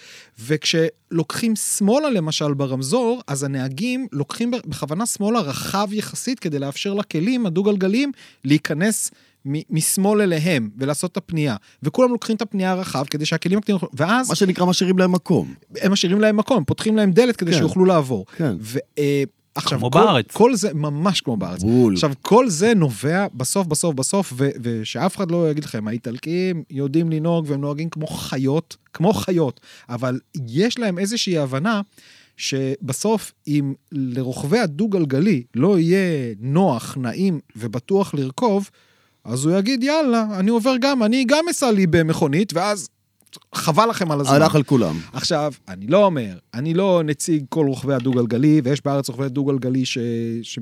וכשלוקחים שמאלה למשל ברמזור, אז הנהגים לוקחים בכוונה שמאלה רחב יחסית כדי לאפשר לכלים הדו-גלגליים להיכנס מ- משמאל אליהם ולעשות את הפנייה. וכולם לוקחים את הפנייה הרחב כדי שהכלים הקטנים... יוכלו- ואז מה שנקרא, משאירים להם מקום. הם משאירים להם מקום, פותחים להם דלת כדי כן. שיוכלו לעבור. כן. ו- אה, עכשיו, כמו כל, בארץ. כל זה, ממש כמו בארץ. בול. עכשיו, כל זה נובע בסוף, בסוף, בסוף, ו- ושאף אחד לא יגיד לכם, האיטלקים יודעים לנהוג והם נוהגים כמו חיות, כמו חיות, אבל יש להם איזושהי הבנה שבסוף, אם לרוכבי הדו-גלגלי לא יהיה נוח, נעים ובטוח לרכוב, אז הוא יגיד, יאללה, אני עובר גם, אני גם אסע לי במכונית, ואז חבל לכם על הזמן. הלך על כולם. עכשיו, אני לא אומר, אני לא נציג כל רוכבי הדו-גלגלי, ויש בארץ רוכבי דו-גלגלי ש... ש...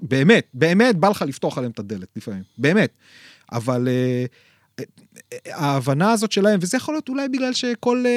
באמת, באמת בא לך לפתוח עליהם את הדלת לפעמים, באמת. אבל אה, אה, אה, ההבנה הזאת שלהם, וזה יכול להיות אולי בגלל שכל אה,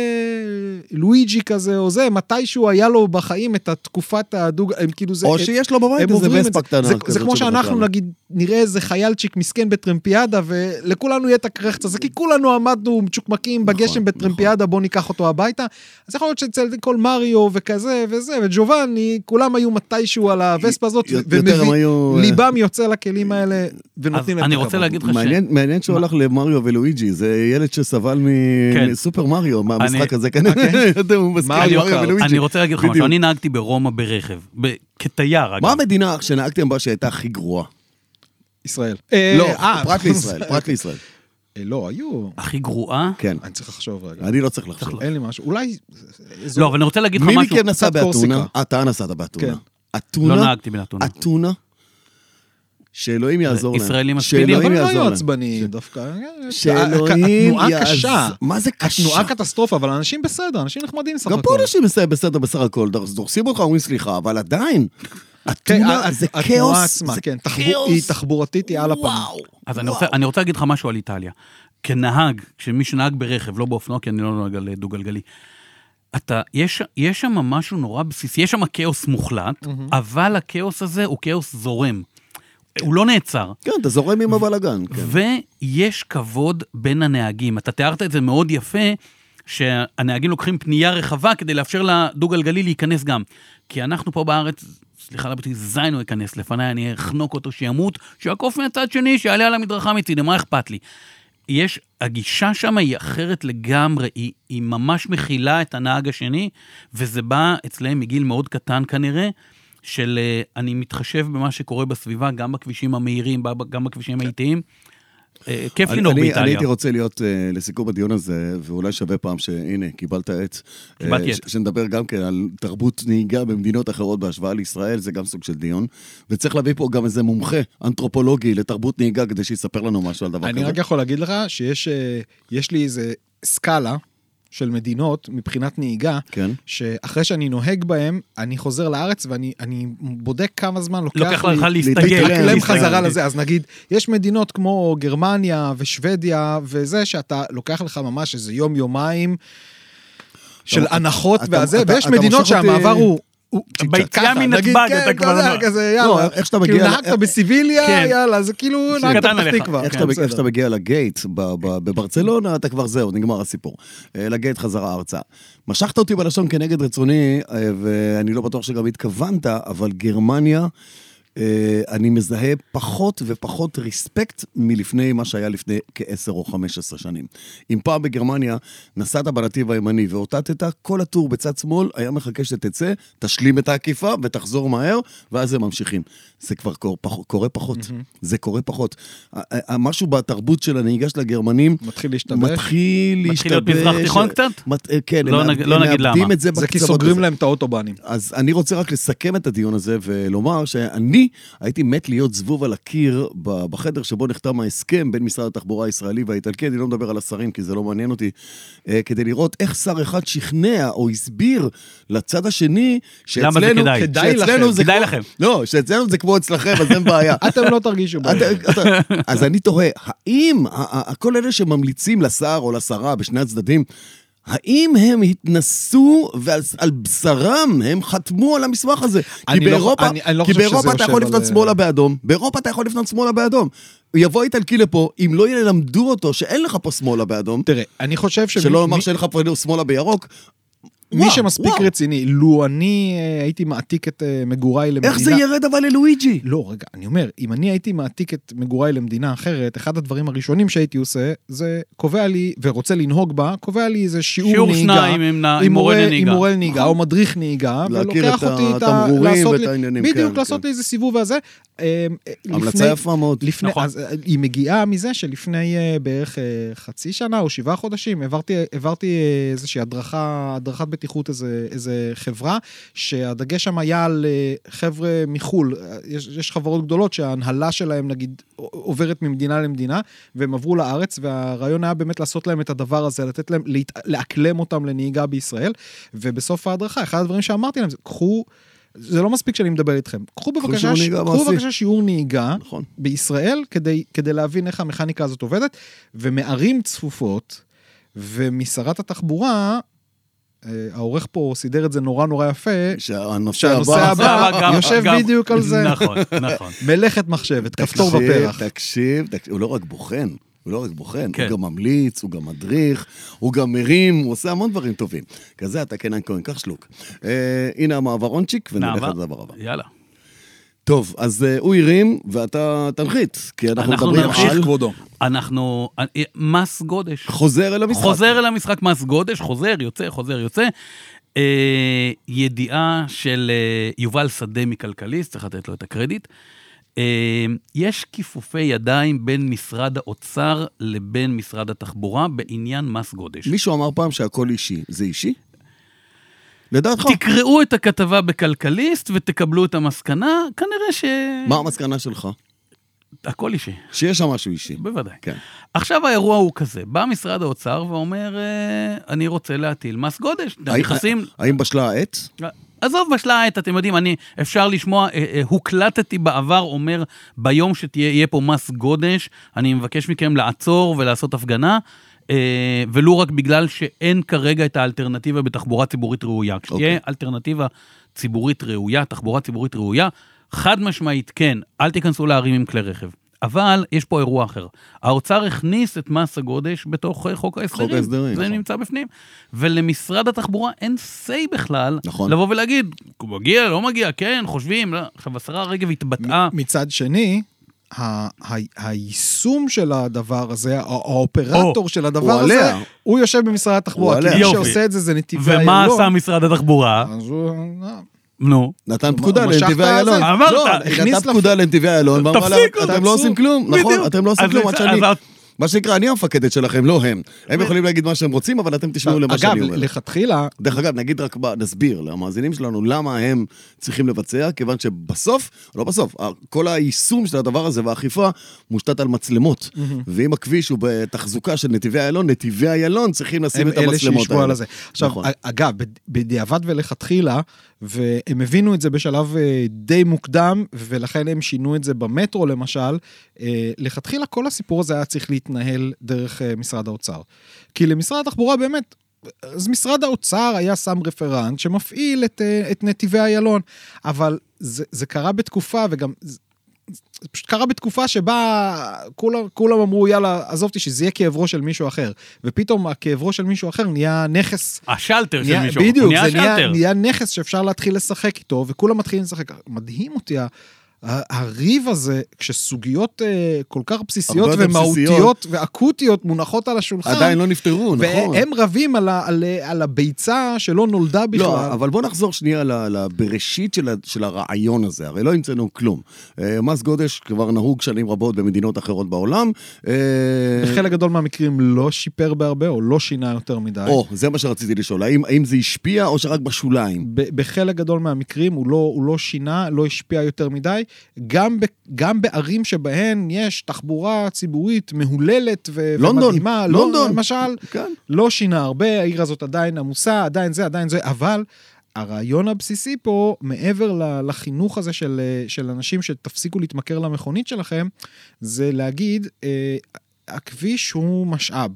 לואיג'י כזה או זה, מתישהו היה לו בחיים את התקופת הדוג... הם כאילו זה... או הם- שיש לו בבית הם איזה עוברים את וספה זה. קטנה. זה, זה כזאת לא- כמו שבחרה שאנחנו לו. נגיד נראה איזה חיילצ'יק מסכן בטרמפיאדה ולכולנו יהיה את הקרחץ הזה כי כולנו עמדנו מצ'וקמקים נכון, בגשם בטרמפיאדה בוא ניקח אותו הביתה. אז יכול להיות שאצל כל מריו וכזה וזה וג'ובאני כולם היו מתישהו על הווספה הזאת י- יותר הם ומביא היו... אה, ליבם יוצא לכלים האלה אז ונותנים להם אני את רוצה הכבוד. להגיד לך ש... מעניין, מעניין שהוא הלך למריו ולואיג'י, זה ילד שסבל מ- כן. מסופר מריו, מהמשחק אני- אה, כן? הזה כנראה, [LAUGHS] אתה יודע, הוא מזכיר מריו מריו קארט. ולואיג'י. אני רוצה להגיד לך משהו, אה, אוקיי, בדיוק. אני נהגתי ברומא ברכב, ב- כתייר מה אגב. המדינה שנהגתם בה שהייתה הכי גרועה? ישראל. לא, אה, פרט לישראל, פרט לישראל. אה, לא היו הכי גרועה? כן, אני צריך לחשוב רגע. אני לא צריך לחשוב. אין לי משהו אולי. אזור- לא, אבל אני רוצה להגיד לך מי משהו. מכם נסע קצת באתונה? קורסיקה. אה, אתה נסעת באתונה. כן. אתונה? לא נהגתי באתונה. אתונה? שאלוהים יעזור להם. ישראלים שאלוהים משכילים, אבל הם לא יעזור היו להם. עצבניים דווקא. שאלוהים התנועה יעזור. קשה. מה זה קשה? התנועה קטסטרופה, אבל אנשים בסדר, אנשים נחמדים בסך גם פה לא הכל. אנשים בסדר, בסדר, בסך הכל, דורס- דורסים אותך, אומרים סליחה, אבל עדיין, אתונה ה- זה כן, אה, התנועה כאוס, עצמה, זה כן, תחבור- כאוס. היא תחבורתית, היא על הפנים. וואו. אז אני וואו. רוצה, אני רוצה להגיד לך משהו על איטליה. כנהג, כשמי שנהג ברכב, לא באופנוע, כי אני לא נוהג על אה, דו-גלגלי, אתה, יש, יש שם משהו נורא בסיסי, יש שם כאוס מוחלט, אבל הכאוס הזה הוא כאוס זורם. הוא לא נעצר. כן, אתה זורם עם הבלאגן. כן. ויש כבוד בין הנהגים. אתה תיארת את זה מאוד יפה, שהנהגים לוקחים פנייה רחבה כדי לאפשר לדו-גלגלי להיכנס גם. כי אנחנו פה בארץ, סליחה על הביטוי, זין הוא ייכנס לפניי, אני אחנוק אותו שימות, שיעקוף מהצד שני, שיעלה על המדרכה מצידי, מה אכפת לי? יש, הגישה שם היא אחרת לגמרי, היא, היא ממש מכילה את הנהג השני, וזה בא אצלהם מגיל מאוד קטן כנראה, של אה, אני מתחשב במה שקורה בסביבה, גם בכבישים המהירים, ב- גם בכבישים האיטיים. אה, כיף אני- לנהוג אני- אני באיטליה. הייתי רוצה להיות, אה, לסיכום הדיון הזה, ואולי שווה פעם שהנה, קיבלת עץ. אה, קיבלתי ש- עץ. שנדבר גם כן על תרבות נהיגה במדינות אחרות בהשוואה לישראל, זה גם סוג של דיון. וצריך להביא פה גם איזה מומחה אנתרופולוגי לתרבות נהיגה כדי שיספר לנו משהו על דבר אני כזה. רק יכול להגיד לך שיש אה, יש לי איזה סקאלה של מדינות מבחינת נהיגה, כן. שאחרי שאני נוהג בהם, אני חוזר לארץ ואני אני בודק כמה זמן לוקח לוקח לי לך להסתגל. להתאקלם להתאקלם להסתגל. כן, חזרה לזה. אז נגיד, יש מדינות כמו גרמניה ושוודיה וזה, שאתה לוקח לך ממש איזה יום-יומיים של אתה- הנחות אתה- והזה, אתה- ויש אתה מדינות מושך אותי- שהמעבר הוא... הוא- ביציאה ככה, מנתב"ג נגיד, אתה כן, כבר יודע, אומר. כזה, לא, יאללה. איך שאתה כאילו מגיע- נהגת בסיביליה, כן. יאללה, זה כאילו נהגת קטן בפתח עליך. תקווה. איך כן, שאתה מג- איך בסדר. שאתה מגיע לגייט ב- ב- בברצלונה, אתה כבר זהו, נגמר הסיפור. אה, לגייט חזרה ארצה. משכת אותי בלשון כנגד רצוני, אה, ואני לא בטוח שגם התכוונת, אבל גרמניה אה, אני מזהה פחות ופחות ריספקט מלפני מה שהיה לפני כ-10 או 15 שנים. אם פעם בגרמניה נסעת בנתיב הימני ואותתת, כל הטור בצד שמאל היה מחכה שתצא, תשלים את העקיפה ותחזור מהר, ואז הם ממשיכים. זה כבר קור, פח, קורה פחות. זה קורה פחות. ה- ה- ה- משהו בתרבות של הנהיגה של הגרמנים מתחיל להשתבש. מתחיל להשתבש. מתחיל להיות מזרח תיכון קצת? מת- אה, כן, לא הם נג- מאבד- לא הם נגיד מאבדים למה. את זה זה כי בקצוות סוגרים הזה. להם את האוטובנים. אז אני רוצה רק לסכם את הדיון הזה ולומר שאני הייתי מת להיות זבוב על הקיר ב- בחדר שבו נחתם ההסכם בין משרד התחבורה הישראלי והאיטלקי, אני לא מדבר על השרים כי זה לא מעניין אותי, אה, כדי לראות איך שר אחד שכנע או הסביר לצד השני שאצלנו... למה זה כדאי? כדאי שאצלנו לכם, זה כדאי כמו- לכם. לא, שאצלנו זה כמו אצלכם, אז אין בעיה. אתם לא תרגישו בעיה. אתה- אתה- אז אני תוהה, האם ה- ה- ה- כל אלה שממליצים לשר או לשרה בשני הצדדים, האם הם התנסו ועל על בשרם הם חתמו על המסמך הזה? כי אני לא- באירופה, אני- אני לא כי חושב שזה באירופה אתה יושב יכול על- אה, לפנות שמאלה באדום, באירופה אתה יכול לפנות שמאלה באדום. יבוא איטלקי לפה, אם לא ילמדו אותו שאין לך פה שמאלה באדום, תראה, אני חושב שמי- שלא לומר מי- שאין לך פה שמאלה בירוק, מי וואו, שמספיק וואו. רציני, לו אני אה, הייתי מעתיק את אה, מגוריי למדינה... איך זה ירד אבל ללואיג'י? לא, רגע, אני אומר, אם אני הייתי מעתיק את מגוריי למדינה אחרת, אחד הדברים הראשונים שהייתי עושה, זה קובע לי, ורוצה לנהוג בה, קובע לי איזה שיעור, שיעור נהיגה. שניים עם נ- עם מורה לנהיגה. עם מורה לנהיגה, או מדריך נהיגה, נכון. להכיר ולוקח את אותי, התמרורים לעשות ואת לי- העניינים, בדיוק, כן, לעשות כן. לי איזה סיבוב הזה. אה, אה, המלצה לפני- יפה מאוד. לפני, נכון. נכון. אז אה, היא מגיעה מזה שלפני אה, בערך אה, חצי שנה או שבעה חודשים העברתי, העברתי אה, איזושהי הדרכה, הדרכת בטיחות איזה, איזה חברה, שהדגש שם היה על אה, חבר'ה מחו"ל. אה, יש, יש חברות גדולות שההנהלה שלהם נגיד עוברת ממדינה למדינה, והם עברו לארץ, והרעיון היה באמת לעשות להם את הדבר הזה, לתת להם, להת, לאקלם אותם לנהיגה בישראל, ובסוף ההדרכה, אחד הדברים שאמרתי להם זה, קחו... זה לא מספיק שאני מדבר איתכם. קחו בבקשה, שיעור ש- נהיגה קחו מעשי. בבקשה שיעור נהיגה, נכון. בישראל כדי, כדי להבין איך המכניקה הזאת עובדת, ומערים צפופות, ומשרת התחבורה, אה, העורך פה סידר את זה נורא נורא יפה, שהנושא שהנושא הבא... הבא- גם- יושב גם- בדיוק על זה. נכון, נכון. מלאכת מחשבת, כפתור תקשיב, בפרח. תקשיב, תקשיב, הוא לא רק בוחן, הוא לא רק בוחן, כן. הוא גם ממליץ, הוא גם מדריך, הוא גם מרים, הוא עושה המון דברים טובים. כזה אתה קנן כהן, קח שלוק. אה, הנה המעברונצ'יק, ונלך נעמה? לדבר הבא. יאללה. טוב, אז אה, הוא הרים, ואתה תנחית, כי אנחנו אנחנו מדברים נמשיך, על... כבודו. אנחנו... אה, מס גודש. חוזר אל המשחק. חוזר אל המשחק מס גודש, חוזר, יוצא, חוזר, יוצא. אה, ידיעה של אה, יובל שדה מכלכליסט, צריך לתת לו את הקרדיט. אה, יש כיפופי ידיים בין משרד האוצר לבין משרד התחבורה בעניין מס גודש. מישהו אמר פעם שהכל אישי. זה אישי? לדעתך. תקראו את הכתבה בכלכליסט ותקבלו את המסקנה, כנראה ש... מה המסקנה שלך? הכל אישי. שיש שם משהו אישי. בוודאי. כן. עכשיו האירוע הוא כזה, בא משרד האוצר ואומר, אה, אני רוצה להטיל מס גודש. נכנסים... האם- האם בשלה העת? אה, עזוב בשלה העת, אתם יודעים, אני, אפשר לשמוע, אה, אה, הוקלטתי בעבר אומר, ביום שיהיה פה מס גודש, אני מבקש מכם לעצור ולעשות הפגנה, אה, ולו רק בגלל שאין כרגע את האלטרנטיבה בתחבורה ציבורית ראויה. כשתהיה אוקיי. אלטרנטיבה ציבורית ראויה, תחבורה ציבורית ראויה, חד משמעית, כן, אל תיכנסו לערים עם כלי רכב. אבל יש פה אירוע אחר. האוצר הכניס את מס הגודש בתוך אה, חוק ההסדרים. ההסדרים, זה נכון. נמצא בפנים. ולמשרד התחבורה אין say בכלל, נכון. לבוא ולהגיד, הוא מגיע, לא מגיע, כן, חושבים, לא. עכשיו, השרה רגב התבטאה, מצד שני, ה- ה- היישום של הדבר הזה, הא- האופרטור של הדבר הוא הזה, עליה. הוא יושב במשרד התחבורה, הוא כי מי עליה. שעושה את זה זה נתיבי איילון. ומה עשה משרד התחבורה? אז הוא... אה, נו. נתן הוא פקודה משך את לנתיבי הזה. איילון. אמרת, לא, הכניס נתן לה- פקודה לנתיבי איילון, ואמר להם, תפסיקו, אתם תעצרו." לא עושים כלום, נכון, בדיוק. אתם לא עושים אז כלום, עד לצ- שאני... אז- מה שנקרא, אני המפקדת שלכם, לא הם. הם יכולים להגיד מה שהם רוצים, אבל אתם תשמעו למה אגב, שאני אומר. לכתחילה, דרך אגב, נגיד רק, ב- נסביר למאזינים שלנו למה הם צריכים לבצע, כיוון שבסוף, לא בסוף, ה- כל היישום של הדבר הזה והאכיפה מושתת על מצלמות. ואם הכביש הוא בתחזוקה של נתיבי איילון, נתיבי איילון צריכים לשים הם את המצלמות האלה. אלה שישבו על הזה. עכשיו, נכון. א- אגב, בד- בדיעבד ולכתחילה, והם הבינו את זה בשלב אה, די מוקדם, ולכן הם שינו את זה במטרו למשל, אה, לכתחילה כל הסיפור הזה היה צריך להתנהל דרך אה, משרד האוצר. כי למשרד התחבורה באמת... אז משרד האוצר היה שם רפרנט שמפעיל את, אה, את נתיבי איילון, אבל זה, זה קרה בתקופה, וגם זה, זה פשוט קרה בתקופה שבה כולם, כולם אמרו, יאללה, עזוב אותי, שזה יהיה כאבו של מישהו אחר. ופתאום הכאבו של מישהו אחר נהיה נכס. השלטר של נהיה- מישהו. בדיוק, נהיה זה נהיה, השלטר. נהיה נכס שאפשר להתחיל לשחק איתו, וכולם מתחילים לשחק. מדהים אותי ה- ה- הריב הזה, כשסוגיות אה, כל כך בסיסיות הרבה יותר ומהותיות בסיסיות. ואקוטיות מונחות על השולחן, עדיין לא נפתרו, נכון. והם רבים על, ה, על, ה- על הביצה שלא נולדה בכלל. לא, אבל בוא נחזור שנייה ל- לבראשית של, ה- של הרעיון הזה, הרי לא המצאנו כלום. אה, מס גודש כבר נהוג שנים רבות במדינות אחרות בעולם. אה, בחלק גדול מהמקרים לא שיפר בהרבה, או לא שינה יותר מדי. או, זה מה שרציתי לשאול, האם, האם זה השפיע או שרק בשוליים? ב- בחלק גדול מהמקרים הוא לא, הוא לא שינה, לא השפיע יותר מדי. גם, ב, גם בערים שבהן יש תחבורה ציבורית מהוללת ו- לונדון, ומדהימה, לונדון. אה, לא, למשל, כן. לא שינה הרבה, העיר הזאת עדיין עמוסה, עדיין זה, עדיין זה, אבל הרעיון הבסיסי פה, מעבר ל- לחינוך הזה של, אה, של אנשים שתפסיקו להתמכר למכונית שלכם, זה להגיד, אה, הכביש הוא משאב.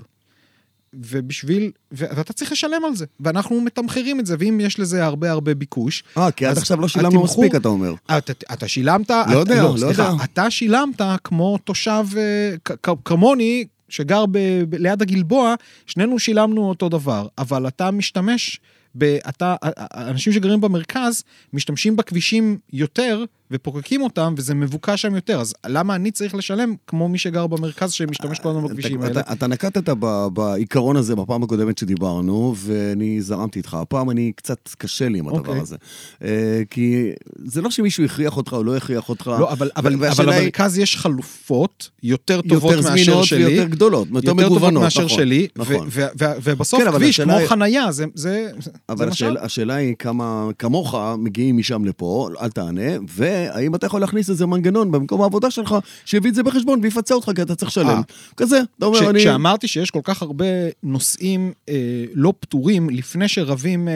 ובשביל, ו- ואתה צריך לשלם על זה, ואנחנו מתמחרים את זה, ואם יש לזה הרבה הרבה ביקוש, אה, כי עד אז עכשיו לא שילמנו התמחור- מספיק, אתה אומר. אה, אתה, אתה שילמת, לא יודע, אתה, לא סליחה, יודע. אתה שילמת כמו תושב אה, כ- כ- כמוני, שגר ב, ב, ליד הגלבוע, שנינו שילמנו אותו דבר, אבל אתה משתמש, ב, אתה, ה- ה- האנשים שגרים במרכז משתמשים בכבישים יותר ופוקקים אותם, וזה מבוקש שם יותר, אז למה אני צריך לשלם כמו מי שגר במרכז שמשתמש כל הזמן בכבישים אה, אתה- האלה? אתה, אתה נקטת ב, בעיקרון הזה בפעם הקודמת שדיברנו, ואני זרמתי איתך. הפעם אני קצת קשה לי עם הדבר אוקיי. הזה. אה, כי זה לא שמישהו הכריח אותך או לא הכריח אותך. לא, אבל, אבל, ו- אבל והשאלה היא- למרכז יש חלופות יותר טובות יותר מאשר זמינות שלי. ויותר גדולות, יותר יותר טובות מגוונות, מאשר נכון, שלי, ו- נכון. ו- ו- ובסוף כן, אבל כביש, השאלה כמו היא- חנייה, זה- זה זה אבל משל. השאל, השאלה היא כמה כמוך מגיעים משם לפה, אל תענה, והאם אתה יכול להכניס איזה מנגנון במקום העבודה שלך, שיביא את זה בחשבון ויפצה אותך כי אתה צריך אה. לשלם. כזה, אתה אומר, אני... כשאמרתי שיש כל כך הרבה נושאים אה, לא פתורים לפני שרבים אה,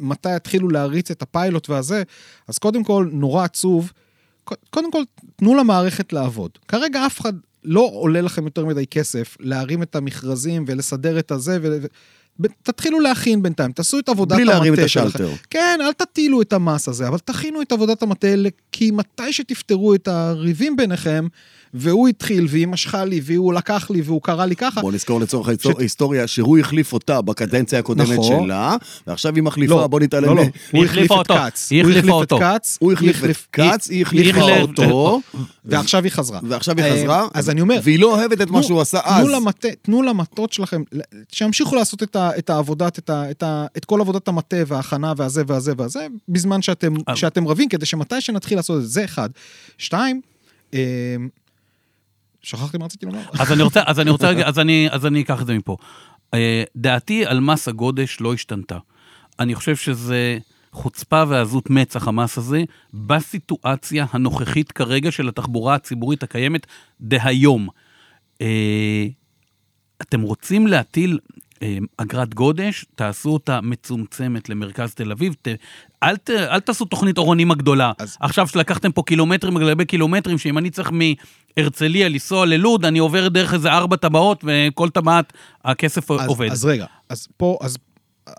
מתי יתחילו להריץ את הפיילוט והזה, אז קודם כל, נורא עצוב. ק- קודם כל, תנו למערכת לעבוד. כרגע אף אחד לא עולה לכם יותר מדי כסף להרים את המכרזים ולסדר את הזה. ו... ו- ב- תתחילו להכין בינתיים, תעשו את עבודת בלי המטה להרים את שלכם. השלטר. כן, אל תטילו את המס הזה, אבל תכינו את עבודת המטה, ל- כי מתי שתפתרו את הריבים ביניהם, והוא התחיל, והיא משכה לי, והוא לקח לי, והוא קרא לי ככה, בוא נזכור לצורך ההיסטור- ההיסטוריה שהוא החליף אותה בקדנציה הקודמת נכון. שלה, ועכשיו היא מחליפה, בוא נתעלם. לא, לא, מ- הוא היא החליף החליפה את אותו, כץ. היא הוא החליפה החליף אותו. את כץ. הוא החליף את כץ, היא החליפה היא- אותו, ועכשיו היא חזרה. ועכשיו היא חזרה, אה, אז אני אומר, והיא לא אוהבת את מה תנו- שהוא עשה אז. תנו למטה, תנו למטות שלכם, ל- שימשיכו לעשות את, ה, את העבודת, את, ה, את, ה, את כל עבודת המטה וההכנה והזה והזה והזה, בזמן שאתם, אבל- שאתם רבים, כדי שמתי שנתחיל לעשות את זה, זה אחד. שתיים, אה, שכחתי מה רציתי לומר. אז אני רוצה, אז אני רוצה, רגע- אז אני, אז אני אקח את זה מפה. אה, דעתי על מס הגודש לא השתנתה. אני חושב שזה חוצפה ועזות מצח, המס הזה, בסיטואציה הנוכחית כרגע של התחבורה הציבורית הקיימת דהיום. אה, אתם רוצים להטיל אה, אגרת גודש, תעשו אותה מצומצמת למרכז תל אביב. ת, אל, ת, אל תעשו תוכנית אורנים הגדולה. אז- אז... עכשיו שלקחתם פה קילומטרים על גבי קילומטרים, שאם אני צריך מהרצליה לנסוע ללוד, אני עובר דרך איזה ארבע טבעות, וכל טבעת [LAUGHS] הכסף אז, עובד. אז רגע, אז פה, אז,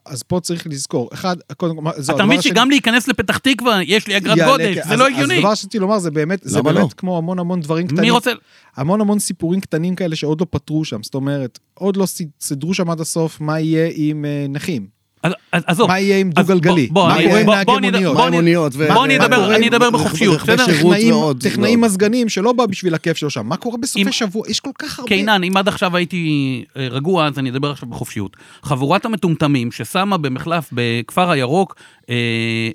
אז פה צריך לזכור, אחד, קודם כל, מה- זהו, אתה הדבר מבין השני- שגם להיכנס לפתח תקווה, יש לי אגרת יעלה, גודש, כן. זה אז- לא הגיוני. אז הדבר שרציתי לומר זה באמת, זה למה באמת לא? כמו המון המון דברים קטנים. מי רוצה... המון המון סיפורים קטנים כאלה שעוד לא פתרו שם, זאת אומרת, עוד לא ס- סידרו שם עד הסוף מה יהיה עם אה, נכים, אז- אז- עזוב. מה יהיה עם אז דו-גלגלי? בוא- בוא, מה אני- יהיה עם בוא- נהגי בוא נדע- מוניות? בוא מה עם נ- מוניות ו- בוא אני מה אדבר- קורה אני עם אדבר רכבי- בחופשיות, רכבי בסדר? שירות טכנאים, ועוד, טכנאים ועוד. מזגנים שלא בא בשביל הכיף שלו שם, מה קורה בסופי אם- שבוע? יש כל כך הרבה... קינן, אם עד עכשיו הייתי אה, רגוע, אז אני אדבר עכשיו בחופשיות. חבורת המטומטמים ששמה במחלף בכפר הירוק, אה,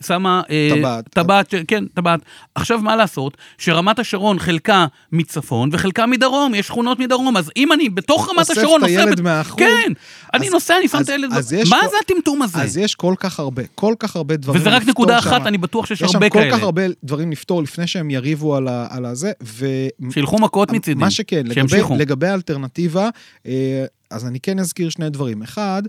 שמה... אה, טבעת. טבעת, ש- כן, טבעת. עכשיו, מה לעשות? שרמת השרון חלקה מצפון וחלקה מדרום, יש שכונות מדרום, אז אם אני בתוך רמת אוסף השרון... את נוסע הילד ב- מהחוג. כן, אני אז- נוסע, אני שם אז- את הילד... אז ב- יש מה לו- זה הטמטום הזה? אז יש כל כך הרבה, כל כך הרבה דברים וזה רק לפתור נקודה שמה. אחת, אני בטוח שיש יש שם הרבה כל כאלה. כך הרבה דברים לפתור לפני שהם יריבו על ה- על הזה, ו... שילכו מכות מצידי, מה שכן, לגבי, שימשיכו. לגבי האלטרנטיבה, אה, אז אני כן אזכיר שני דברים. אחד,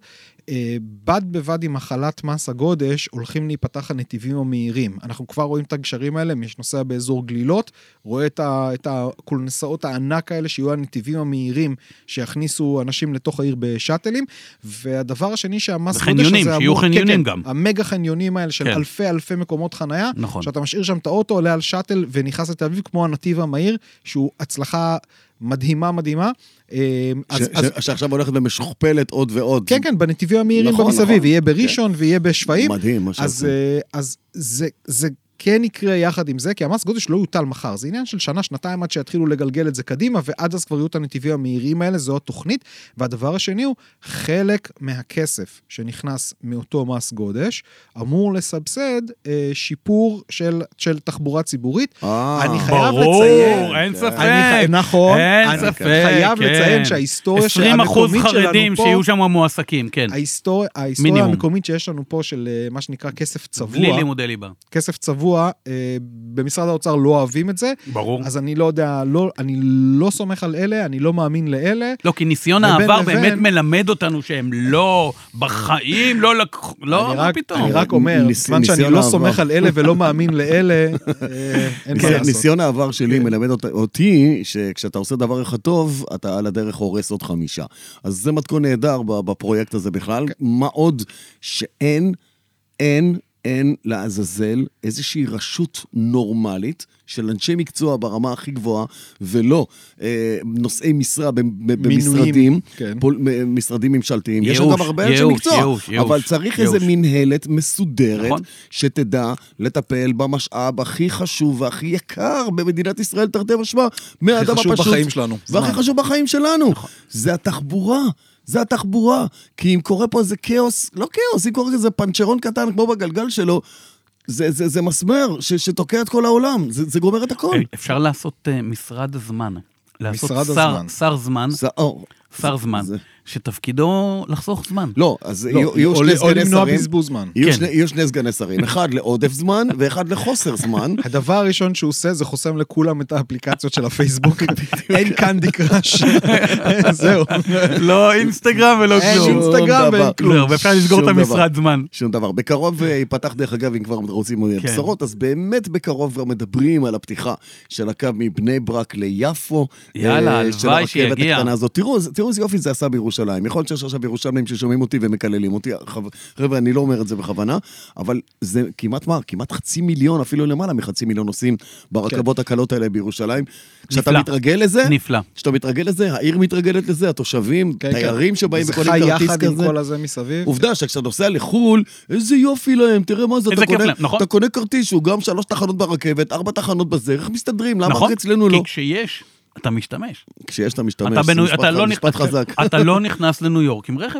אה, בד בבד עם החלת מס הגודש, הולכים להיפתח הנתיבים המהירים. אנחנו כבר רואים את הגשרים האלה, מי שנוסע באזור גלילות, רואה את, ה, את הקולנסאות הענק האלה, שיהיו הנתיבים המהירים שיכניסו אנשים לתוך העיר בשאטלים. והדבר השני שהמס גודש הזה אמור... וחניונים, שיהיו חניונים כן, כן, גם. המגה חניונים האלה של כן. אלפי אלפי מקומות חנייה, נכון. שאתה משאיר שם את האוטו, עולה על שאטל ונכנס לתל אביב, כמו הנתיב המהיר, שהוא הצלחה מדהימה מדהימה. אה, אז, ש- אז, ש- שעכשיו הולכת ומשוכפלת עוד ועוד. כן, כן, בנתיבים המהירים נכון, במסביב, נכון. כן. יהיה בראשון ויהיה בשפיים. מדהים מה אז, שעושים. אה, אז זה, זה כן יקרה יחד עם זה, כי המס גודש לא יוטל מחר. זה עניין של שנה, שנתיים עד שיתחילו לגלגל את זה קדימה, ועד אז כבר יהיו את הנתיבים המהירים האלה, זו התוכנית. והדבר השני הוא, חלק מהכסף שנכנס מאותו מס גודש אמור לסבסד אה, שיפור של, של תחבורה ציבורית. אה, אני חייב ברור, לציין. אין כן. ספק. אני חי... נכון, אה, אין אני ספק, חייב כן. לציין שההיסטוריה של- 20 אחוז המקומית שלנו חרדים פה- שיהיו שם מועסקים, כן. ההיסטוריה, ההיסטוריה מינימום. המקומית שיש לנו פה של אה, מה שנקרא כסף צבוע, בלי לימודי ליבה. כסף צבוע, אה, במשרד האוצר לא אוהבים את זה, ברור. אז אני לא יודע, לא, אני לא סומך על אלה, אני לא מאמין לאלה. לא, כי ניסיון ובין העבר לבין- באמת מלמד אותנו שהם לא, בחיים לא לקחו, לא, אני מה רק, פתאום. אני רק אומר, ניס- בזמן שאני ניסיון לא העבר. סומך על אלה ולא מאמין לאלה, אה, אין מה ניסיון- לעשות. ניסיון העבר שלי כן. מלמד אות- אותי שכשאתה עושה דבר אחד טוב, אתה על הדרך הורס עוד חמישה. אז זה מתכון נהדר ב- בפרויקט הזה בכלל. כן. מה עוד שאין, אין, אין לעזאזל איזושהי רשות נורמלית של אנשי מקצוע ברמה הכי גבוהה, ולא אה, נושאי משרה ב- ב- במשרדים, כן. פול- מ- משרדים ממשלתיים. יש ייאוש, גם הרבה אנשי ייאוש, מקצוע, ייאוש, ייאוש, אבל צריך ייאוש. איזה מינהלת מסודרת, נכון. שתדע לטפל במשאב הכי חשוב והכי יקר במדינת ישראל, תרתי משמע, מהאדם חשוב הפשוט. בחיים שלנו, והכי זמן. נכון. חשוב בחיים שלנו. זה התחבורה. זה התחבורה, כי אם קורה פה איזה כאוס, לא כאוס, אם קורה איזה פנצ'רון קטן כמו בגלגל שלו, זה, זה, זה מסמר ש, שתוקע את כל העולם, זה, זה גומר את הכל. אפשר לעשות אה, משרד הזמן. לעשות משרד שר- הזמן. שר זמן, זה, או, שר זמן, זה- שתפקידו לחסוך זמן. לא, אז לא, יהיו, יהיו או שני ל- או סגני למנוע שרים, בזבוז זמן. יהיו, כן. שני, יהיו שני סגני שרים, אחד לעודף זמן ואחד לחוסר זמן, הדבר הראשון שהוא עושה זה חוסם לכולם את האפליקציות של הפייסבוק, [LAUGHS] אין קנדי קראש, [LAUGHS] זהו. לא אינסטגרם ולא אין שום כלום. אינסטגרם דבר. ואין כלום. לא, ואפשר לסגור את שום דבר. המשרד זמן. שום דבר. בקרוב אה, ייפתח, דרך אגב, אם כבר רוצים אה, כן. בשורות, אז באמת בקרוב כבר מדברים על הפתיחה של הקו מבני ברק ליפו. יאללה, אה, הלוואי של הרכבת שיגיע. הקטנה הזאת. תראו, איזה- תראו איזה יופי זה עשה בירושלים. יכול להיות שיש עכשיו ירושלמים ששומעים אותי ומקללים אותי. חב- חבר'ה, אני לא אומר את זה בכוונה, אבל זה כמעט מה? כמעט חצי מיליון, אפילו למעלה מחצי מיליון נוסעים ברכבות הקלות האלה בירושלים. כשאתה כן. נפלא. מתרגל לזה, נפלא. כשאתה מתרגל לזה, העיר מתרגלת לזה, התושבים, כן, כן. תיירים שבאים זה וקונים חי כרטיס יחד עם כזה. כל הזה מסביב. עובדה שכשאתה נוסע לחו"ל, איזה יופי להם, תראה מה זה, איזה אתה כיף קונה, להם, נכון. אתה קונה כרטיס שהוא גם שלוש תחנות ברכבת, ארבע תחנות בזה, איך מסתדרים, למה נכון? רק אצלנו לא? כי כשיש, אתה משתמש. כשיש אתה משתמש, אתה זה בנו- משפט אתה ח- לא משפט נכנס- חזק. [LAUGHS] אתה לא נכנס לניו יורק עם רכב.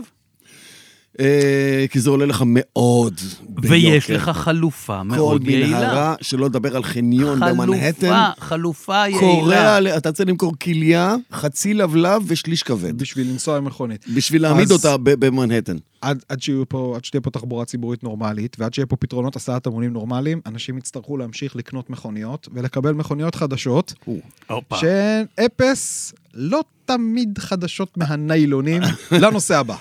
אה, כי זה עולה לך מאוד ביוקר. ויש לך חלופה כל מאוד יעילה. מנהרה, שלא לדבר על חניון חלופה, במנהטן. חלופה קורע, יעילה. ל- אתה צריך למכור כליה, חצי לבלב ושליש כבד. בשביל לנסוע עם מכונית. בשביל להעמיד אז- אותה ב- במנהטן. עד, עד, שיהיו פה, עד שתהיה פה תחבורה ציבורית נורמלית, ועד שיהיה פה פתרונות הסעת המונים נורמליים, אנשים יצטרכו להמשיך לקנות מכוניות, ולקבל מכוניות חדשות, הופה. שהן אפס, לא תמיד חדשות [LAUGHS] מהניילונים, לנושא הבא.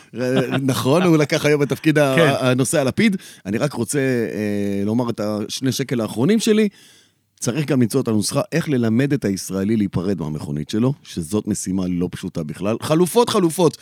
נכון, הוא לקח היום את תפקיד ה- כן. הנושא הלפיד. אני רק רוצה אה, לומר את השני שקל האחרונים שלי. צריך גם למצוא את הנוסחה איך ללמד את הישראלי להיפרד מהמכונית שלו, שזאת משימה לא פשוטה בכלל. חלופות, חלופות.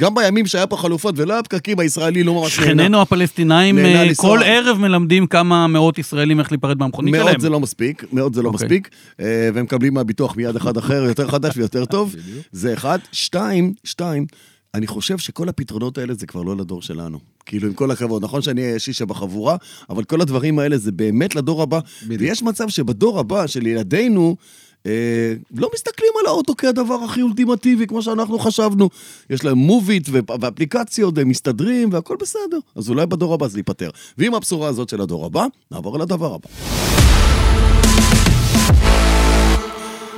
גם בימים שהיה פה חלופות ולא היה פקקים, הישראלי לא ממש נהנה. שכנינו הפלסטינאים נהנה אה, לנסוע. כל ערב מלמדים כמה מאות ישראלים איך להיפרד מהמכונית שלהם. מאוד זה לא מספיק, מאוד זה לא אוקיי. מספיק, אה, והם מקבלים מהביטוח מיד אחד אחר, יותר חדש ויותר [LAUGHS] טוב, זה אחד. שתיים, שתיים, אני חושב שכל הפתרונות האלה זה כבר לא לדור שלנו. כאילו, עם כל הכבוד, נכון שאני הישישה בחבורה, אבל כל הדברים האלה זה באמת לדור הבא. ויש מצב שבדור הבא של ילדינו... אה, לא מסתכלים על האוטו כהדבר הכי אולטימטיבי, כמו שאנחנו חשבנו. יש להם מובית ו- ואפליקציות, הם מסתדרים והכל בסדר. אז אולי בדור הבא זה ייפתר. ועם הבשורה הזאת של הדור הבא, נעבור לדבר הבא.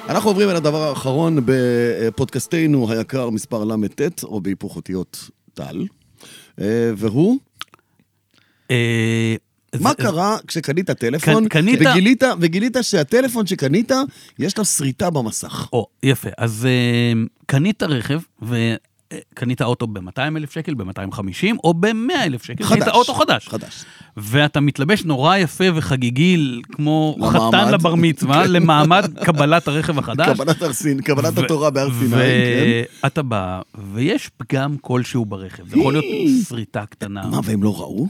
אנחנו עוברים אל הדבר האחרון בפודקאסטנו היקר מספר ל"ט, או בהיפוך אותיות טל, אה, והוא, אה, מה זה- קרה כשקנית טלפון, קנ- קנית- וגילית, וגילית שהטלפון שקנית, יש לו שריטה במסך. או, יפה. אז אה, קנית רכב, וקנית אוטו ב-200 אלף שקל, ב-250, או ב-100 אלף שקל. חדש. קנית כן, אוטו חדש. חדש. ואתה מתלבש נורא יפה וחגיגי, כמו למעמד. כן. חתן לבר מצווה, למעמד קבלת הרכב החדש. קבלת הר סין, קבלת ו- התורה בהר סיני, כן. ואתה בא, ויש פגם כלשהו ברכב. זה יכול להיות שריטה קטנה. מה, והם לא ראו?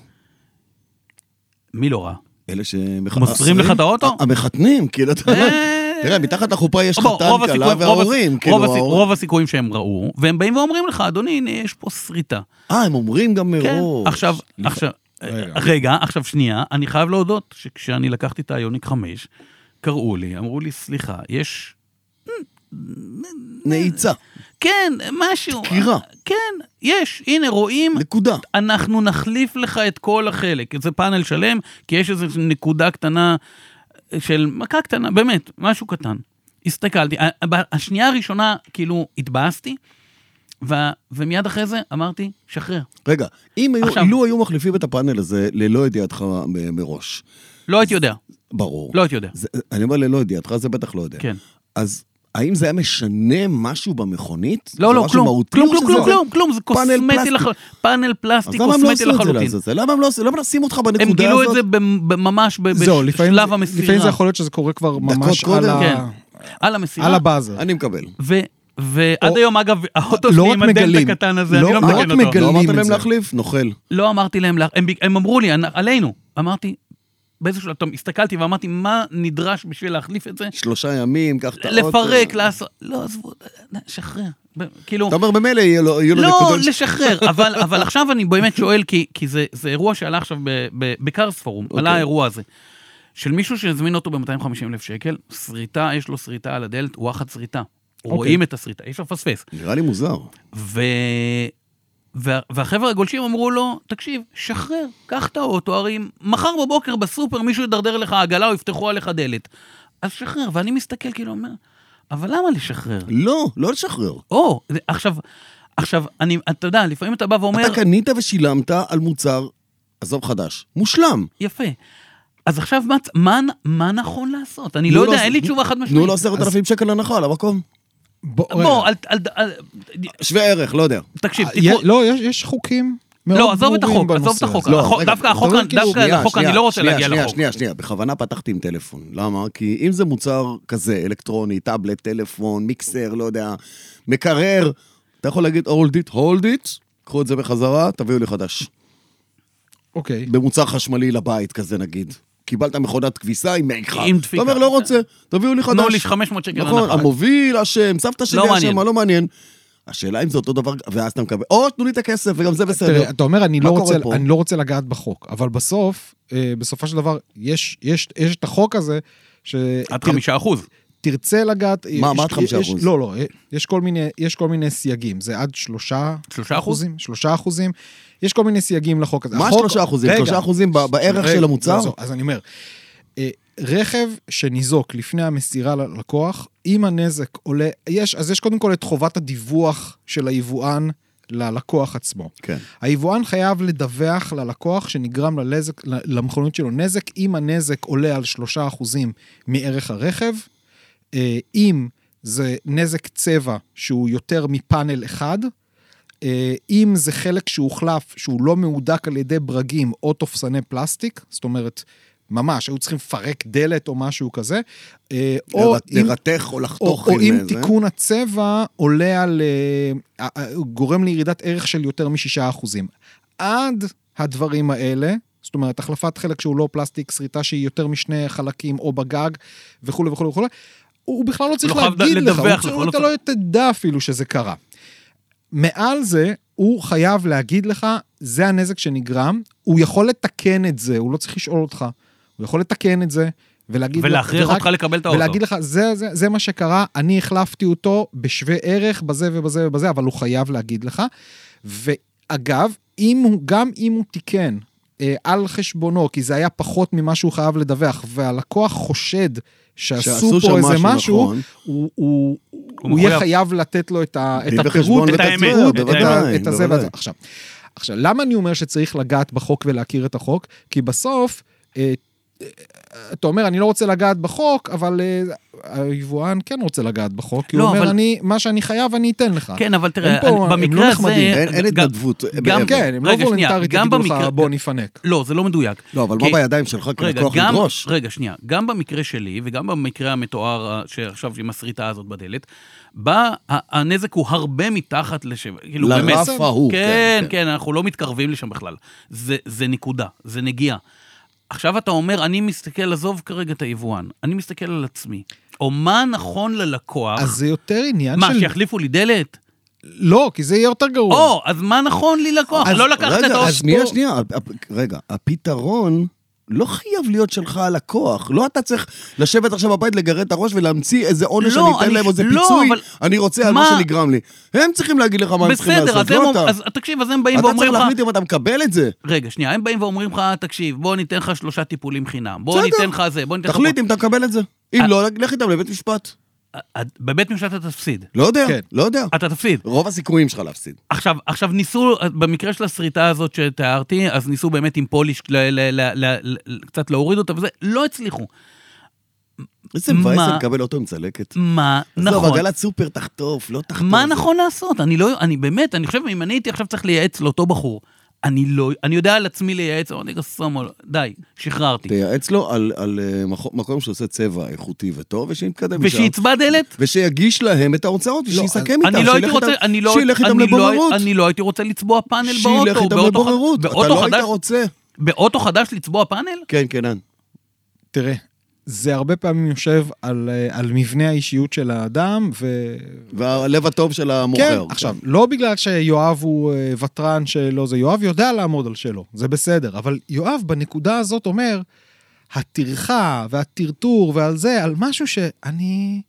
מי לא ראה? אלה שמח... מוסרים לך את האוטו? המחתנים, כאילו, אתה אה. תראה, מתחת לחופה יש בוא, חתן, רוב כלה הסיכויים- רוב וההורים, הסיכ- כאילו, רוב הסיכ- ההורים- רוב הסיכויים שהם ראו, והם באים ואומרים לך, אדוני, הנה, יש פה שריטה. אה, הם אומרים גם מראש. כן, עכשיו, עכשיו, רגע. רגע, עכשיו שנייה, אני חייב להודות שכשאני לקחתי את היוניק 5, קראו לי, אמרו לי, סליחה, יש... נעיצה, כן, משהו. דקירה. כן, יש, הנה רואים, נקודה. אנחנו נחליף לך את כל החלק, זה פאנל שלם, כי יש איזו נקודה קטנה של מכה קטנה, באמת, משהו קטן. הסתכלתי, ה- ה- השנייה הראשונה, כאילו, התבאסתי, ו- ומיד אחרי זה אמרתי, שחרר. רגע, אם היו, עכשיו- לו היו מחליפים את הפאנל הזה ללא ידיעתך מ- מראש, לא הייתי יודע, ברור. לא הייתי יודע. זה, אני אומר ללא ידיעתך, זה בטח לא יודע. כן. אז האם זה היה משנה משהו במכונית? לא, זה לא, משהו כלום, מהותי כלום, או כלום, שזה- כלום, כלום, כלום, זה פאנל קוסמטי פלסטיק. לחלוטין, פאנל אז פלסטיק למה הם לא עשו קוסמטי את זה לחלוטין. לעזאזל? למה הם לא עשו, למה נשים אותך בנקודה הם הזאת? גילו את זה במ- ב- ממש ב- זהו, לפעמים בשלב זה- המסירה. לפעמים זה יכול להיות שזה קורה כבר ממש קודם. על ה- כן, על המסירה. על הבאזר. אני מקבל. ו- ועד או- היום, אגב, האוטו לא שלי רק עם הדלת מגלים. הקטן הזה, לא- אני לא לא מתקן רק אותו. מגלים. לא אמרתם את להם זה. להחליף? נוכל. לא אמרתי להם, לה- הם, ביק- הם אמרו לי, "אנ- עלינו. אמרתי, באיזשהו שלב, טוב, הסתכלתי ואמרתי, מה נדרש בשביל להחליף את זה? שלושה ימים, קח את האוטו. לפרק, אה, לעשות... לא, עזבו, שחרר. ב- כאילו... אתה אומר במילא יהיו לו יהיו לו לא, נקודות. [LAUGHS] לשחרר, אבל, אבל עכשיו אני באמת שואל, כי, כי זה, זה אירוע שעלה עכשיו ב- ב- בקארס פורום, okay. אוקיי. עלה האירוע הזה, של מישהו שהזמין אותו ב-250 אלף שקל, שריטה, יש לו שריטה על הדלת, וואחד שריטה. אוקיי. Okay. רואים את השריטה, אי אפשר לפספס. נראה לי מוזר. ו... וה- והחבר'ה הגולשים אמרו לו, תקשיב, שחרר, קח את האוטו, הרי מחר בבוקר בסופר מישהו ידרדר לך עגלה או יפתחו עליך דלת. אז שחרר, ואני מסתכל כאילו, אומר, אבל למה לשחרר? לא, לא לשחרר. או, זה- עכשיו, עכשיו, אני, אתה יודע, לפעמים אתה בא ואומר, אתה קנית ושילמת על מוצר, עזוב חדש, מושלם. יפה. אז עכשיו מה, צ- מה, מה נכון לעשות? אני תנו לא לו- יודע, אין לי תשובה חד משמעית. תנו לו עשרת אלפים שקל הנחה על המקום. בוא, רגע. בוא, אל, אל, אל, שווה ערך, לא יודע. תקשיב, יה- תקרוא, לא, יש- יש חוקים מאוד לא, ברורים עזוב את החוק, עזוב את בנושא החוק. הזה. לא, החוק- רגע, דווקא החוק, אתה אומר כאילו- דווקא שנייה, לחוק, שנייה, אני לא רוצה שנייה, להגיע שנייה, לחוק. שנייה, שנייה, בכוונה פתחתי עם טלפון. למה? כי אם זה מוצר כזה, אלקטרוני, טאבלט, טלפון, מיקסר, לא יודע, מקרר, אתה יכול להגיד hold it, hold it, קחו את זה בחזרה, תביאו לי חדש. אוקיי. במוצר חשמלי לבית כזה נגיד. קיבלת מכונת כביסה עם מעיכה. עם דפיקה. כן. אתה אומר, לא רוצה, תביאו לי חדש. תנו לי 500 שקל נכון, הנחה. המוביל אשם, סבתא שלי לא מעניין. אשם, לא מעניין. השאלה אם זה אותו דבר, ואז אתה מקבל, או תנו לי את הכסף, וגם זה בסדר. תראה, אתה אומר, אני מה לא, קורה רוצה, פה?" אני לא רוצה לגעת בחוק, אבל בסוף, אה, בסופו של דבר, יש, יש, יש את החוק הזה, עד שתרצה חמישה אחוז. לגעת... מה, יש- מה עד יש- חמישה יש- אחוז? לא, לא, יש כל, מיני, יש כל מיני סייגים, זה עד שלושה... שלושה אחוז? אחוזים? שלושה אחוזים. יש כל מיני סייגים לחוק הזה. מה החוק- שלושה אחוזים? רגע. שלושה אחוזים ב- בערך רגע, של המוצר? לא, זו- אז אני אומר, אה, רכב שניזוק לפני המסירה ללקוח, אם הנזק עולה, יש, אז יש קודם כל את חובת הדיווח של היבואן ללקוח עצמו. כן. היבואן חייב לדווח ללקוח שנגרם לנזק, למכונית שלו נזק, אם הנזק עולה על שלושה אחוזים מערך הרכב, אה, אם זה נזק צבע שהוא יותר מפאנל אחד, אה, אם זה חלק שהוחלף, שהוא לא מהודק על ידי ברגים או תופסני פלסטיק, זאת אומרת, ממש, היו צריכים לפרק דלת או משהו כזה, אה, או אם... לרתך או או, לחתוך. או אם זה. תיקון הצבע עולה על... אה, אה, אה, גורם לירידת ערך של יותר מ-6%. עד הדברים האלה, זאת אומרת, החלפת חלק שהוא לא פלסטיק, שריטה שהיא יותר משני חלקים או בגג וכולי וכולי וכולי, הוא הוא בכלל לא צריך לא חייב להגיד ד- לך, הוא לדווח צריך- לך, הוא לא אתה לא תדע אפילו שזה קרה. מעל זה, הוא חייב להגיד לך, זה הנזק שנגרם, הוא יכול לתקן את זה, הוא לא צריך לשאול אותך. הוא יכול לתקן את זה, ולהגיד... ולהכריח ורק- אותך לקבל את האוטו. כאילו, ולהגיד לך, זה, זה, זה מה שקרה, אני החלפתי אותו בשווה ערך בזה ובזה ובזה, אבל הוא חייב להגיד לך. ואגב, אם הוא, גם אם הוא תיקן אה, על חשבונו, כי זה היה פחות ממה שהוא חייב לדווח, והלקוח חושד שעשו שעשו שם פה איזה משהו, משהו, נכון. הוא, הוא, הוא מחויב. יהיה חייב לתת לו את, ה, דין את וחשבון הפירוט, ואת את האמת, הפירוט, בוודאי, את ה- את הזה בוודאי. והזה. עכשיו, עכשיו, למה אני אומר שצריך לגעת בחוק ולהכיר את החוק? כי בסוף, אה, אה, אתה אומר, אני לא רוצה לגעת בחוק, אבל אה, היבואן כן רוצה לגעת בחוק, כי לא, הוא אומר, אבל- אני, מה שאני חייב אני אתן לך. כן, אבל אין תראה, פה- אני- הם במקרה לא הזה... נחמדים. אין אין גם- התנדבות. גם מעבר. כן, הם לא רגע, שנייה, וולונטרית גם יגידו לך, במקרה- בוא נפנק. לא, זה לא מדויק. לא, אבל מה כי- בידיים שלך רגע, כלקוח גם, לדרוש? רגע, שנייה. גם במקרה שלי, וגם במקרה המתואר אה, שעכשיו עם הסריטה הזאת בדלת, בא, ה- הנזק הוא הרבה מתחת לשבע. כאילו, לרף באמת. ההוא, כן, כן, כן. כן, אנחנו לא מתקרבים לשם בכלל. זה, זה נקודה, זה נגיעה. עכשיו אתה אומר, אני מסתכל, עזוב כרגע את היבואן, אני מסתכל על עצמי. או מה נכון ללקוח, אז זה יותר עניין מה, של... שיחליפו לי דלת? לא, כי זה יהיה יותר גרוע. או, אז מה נכון לי לקוח? אז- לא לקחת את רגע, האוש... שנייה, שנייה, הפ- רגע, הפתרון לא חייב להיות שלך הלקוח. לא אתה צריך לשבת עכשיו בבית, לגרד את הראש ולהמציא איזה עונש לא, אני אתן אני- להם או איזה לא, פיצוי, אבל- אני רוצה על מה מה- שנגרם לי. הם צריכים להגיד לך מה הם צריכים בסדר, לעשות, אז הם לא אומ- אתה. אז תקשיב, אז הם באים אתה צריך ואומרים לך... להחליט אם אתה מקבל את זה. רגע, שנייה, הם באים ואומרים לך, תקשיב, בוא ניתן לך שלושה טיפולים חינם. בוא בסדר. ניתן לך זה, בוא אה. ניתן לך... תחליט אם אתה מקבל את זה. אם לא, לך איתם לבית משפט. אה, בבית משפט אתה תפסיד. לא יודע, כן. לא יודע. אתה תפסיד. רוב הסיכויים שלך להפסיד. עכשיו, עכשיו ניסו, במקרה של השריטה הזאת שתיארתי, אז ניסו באמת עם פוליש ל- ל- ל- ל- ל- קצת להוריד אותה וזה, לא הצליחו. איזה מבאס מה? זה לקבל אותו עם צלקת. מה לא, נכון? בגלת סופר תחטוף, לא תחטוף. מה נכון לעשות? אני לא, אני באמת, אני חושב, אם אני הייתי עכשיו צריך לייעץ לאותו בחור, אני לא, אני יודע על עצמי לייעץ, אבל אני גם סומו, די, שחררתי. תייעץ לו על, על אה, מכו- מקום שעושה צבע איכותי וטוב, ושיתקדם משם. ושיצבע דלת? ושיגיש להם את ההוצאות, ושיסכם איתם. אני לא הייתי שילך רוצה, איתם- אני לא, שילך איתם אני לבוררות. לא, אני לא הייתי רוצה לצבוע פאנל באוטו, שילך איתם באוטו ח- לבוררות. אתה באוטו לא היית חדש- רוצה. באוטו חדש לצבוע פאנל? כן, קנן. תראה, זה הרבה פעמים יושב על, אה, על מבנה האישיות של האדם, ו... והלב הטוב של המוכר. כן, עכשיו, לא בגלל שיואב הוא אה, ותרן שלו זה, יואב יודע לעמוד על שלו, זה בסדר, אבל יואב בנקודה הזאת אומר, הטרחה והטרטור ועל זה, על משהו שאני...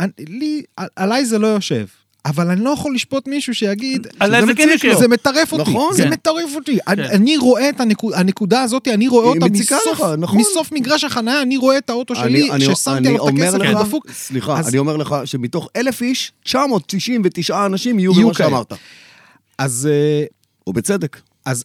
אני, לי, על- עליי זה לא יושב. אבל אני לא יכול לשפוט מישהו שיגיד, עליי שזה זה כן מציק יושב. לו, זה מטרף אותי, נכון. זה כן. מטרף אותי. אני, כן. אני רואה את הנקודה, הנקודה הזאת, אני רואה היא אותה מציקה מסוף, לך, נכון. מסוף מגרש החנייה, אני רואה את האוטו אני- שלי, אני- ששמתי אני עליו את אומר הכסף, לך- הוא דפוק. סליחה, אז- אני אומר לך שמתוך אלף איש, 999 אנשים יהיו יהיו במה כאלה. שאמרת. אז אה, ובצדק. אז...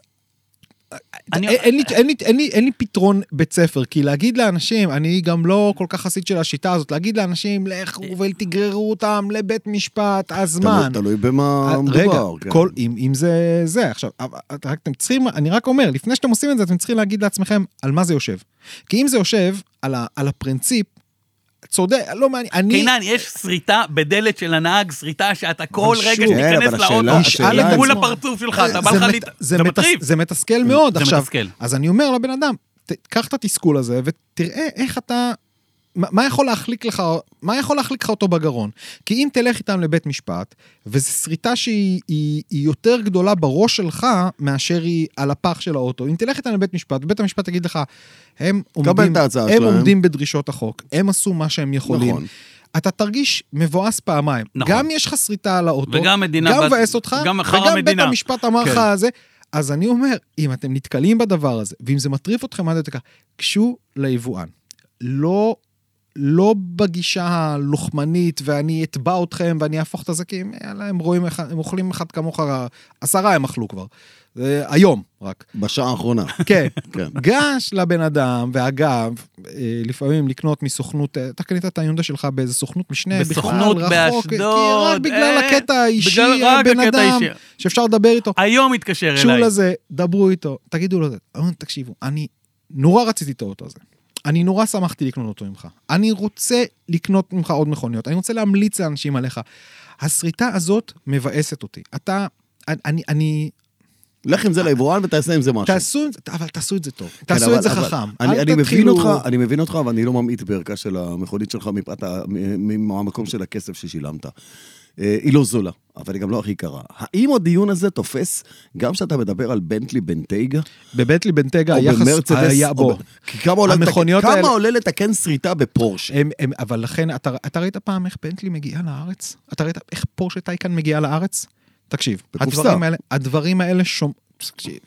אני- אה, אין, אין, לי, אין, לי, אין, לי, אין לי פתרון בית ספר, כי להגיד לאנשים, אני גם לא כל כך חסיד של השיטה הזאת, להגיד לאנשים, לכו אה. ותגררו אותם לבית משפט, הזמן. תלוי- תלוי במה אה, מדובר. רגע, כן. כל, אם, אם זה זה, עכשיו, אבל את- רק אתם צריכים, אני רק אומר, לפני שאתם עושים את זה, אתם צריכים להגיד לעצמכם על מה זה יושב. כי אם זה יושב על, ה, על הפרינציפ, צודק, לא מעניין, אני... קינן, יש שריטה בדלת של הנהג, שריטה שאתה כל אבל רגע שוב, כן, שתיכנס אבל השאלה- לאוטו, השאלה היא היא- מול הפרצוף שלך, אתה בא זה לך מת- להת... זה זה מת- מטריף. זה מתסכל מאוד. זה עכשיו, מתסכל. אז אני אומר לבן אדם, ת- קח את התסכול הזה ותראה איך אתה... מה מה יכול להחליק לך, מה יכול להחליק לך אותו בגרון? כי אם תלך איתם לבית משפט, וזו שריטה שהיא היא, היא יותר גדולה בראש שלך מאשר היא על הפח של האוטו, אם תלך איתם לבית משפט, בית המשפט יגיד לך, הם עומדים, את ההצעה הם שלהם." עומדים בדרישות החוק, הם עשו מה שהם יכולים. נכון. אתה תרגיש מבואס פעמיים. נכון. גם יש לך שריטה על האוטו, וגם מדינה גם בת- מבאס אותך, גם אחר וגם בית המדינה. המשפט אמר כן. לך זה. אז אני אומר, אם אתם נתקלים בדבר הזה, ואם זה מטריף אתכם עד יותר כך, גשו ליבואן. לא, לא בגישה הלוחמנית, ואני אתבע אתכם ואני אהפוך את הזקים, יאללה, הם רואים, איך- הם אוכלים אחד כמוך, עשרה הם אכלו כבר. זה היום רק. [LAUGHS] בשעה האחרונה. [LAUGHS] כן. כן. גש לבן אדם, ואגב, אה, לפעמים לקנות מסוכנות, אה, אתה קנית את היונדה שלך באיזה סוכנות משנה, בסוכנות בכלל, רחוק, באשדוד, כי רק בגלל אה, הקטע האישי, בגלל- רק הבן הקטע אדם, האישי. שאפשר לדבר איתו. היום התקשר תקשו אליי. לזה, דברו איתו, תגידו לו, זה. אמרו, תקשיבו, אני נורא רציתי את האוטו הזה. אני נורא שמחתי לקנות אותו ממך. אני רוצה לקנות ממך עוד מכוניות, אני רוצה להמליץ לאנשים עליך. הסריטה הזאת מבאסת אותי. אתה, אני, אני, לך עם זה ליבואן ותעשה עם זה משהו. תעשו את זה, אבל תעשו את זה טוב. כן, תעשו אבל- את זה אבל חכם. אני, אל אני מבין תתחילו- אותך, אני מבין אותך, אבל אני לא ממעיט בערכה של המכונית שלך מפאת ה- מ- מ- מהמקום של הכסף ששילמת. אה, היא לא זולה, אבל היא גם לא הכי יקרה. האם הדיון הזה תופס גם כשאתה מדבר על בנטלי בנטייגה? בבטלי בנטגה או היחס במרצדס? היה או בו. ב- כי כמה עולה, המכוניות לתק... כמה האלה- עולה לתקן שריטה בפורש? הם, הם, אבל לכן, אתה, אתה ראית פעם איך בנטלי מגיעה לארץ? אתה ראית איך פורשה טייקן מגיעה לארץ? תקשיב, בקופסה. הדברים האלה, הדברים האלה שומ... תקשיב.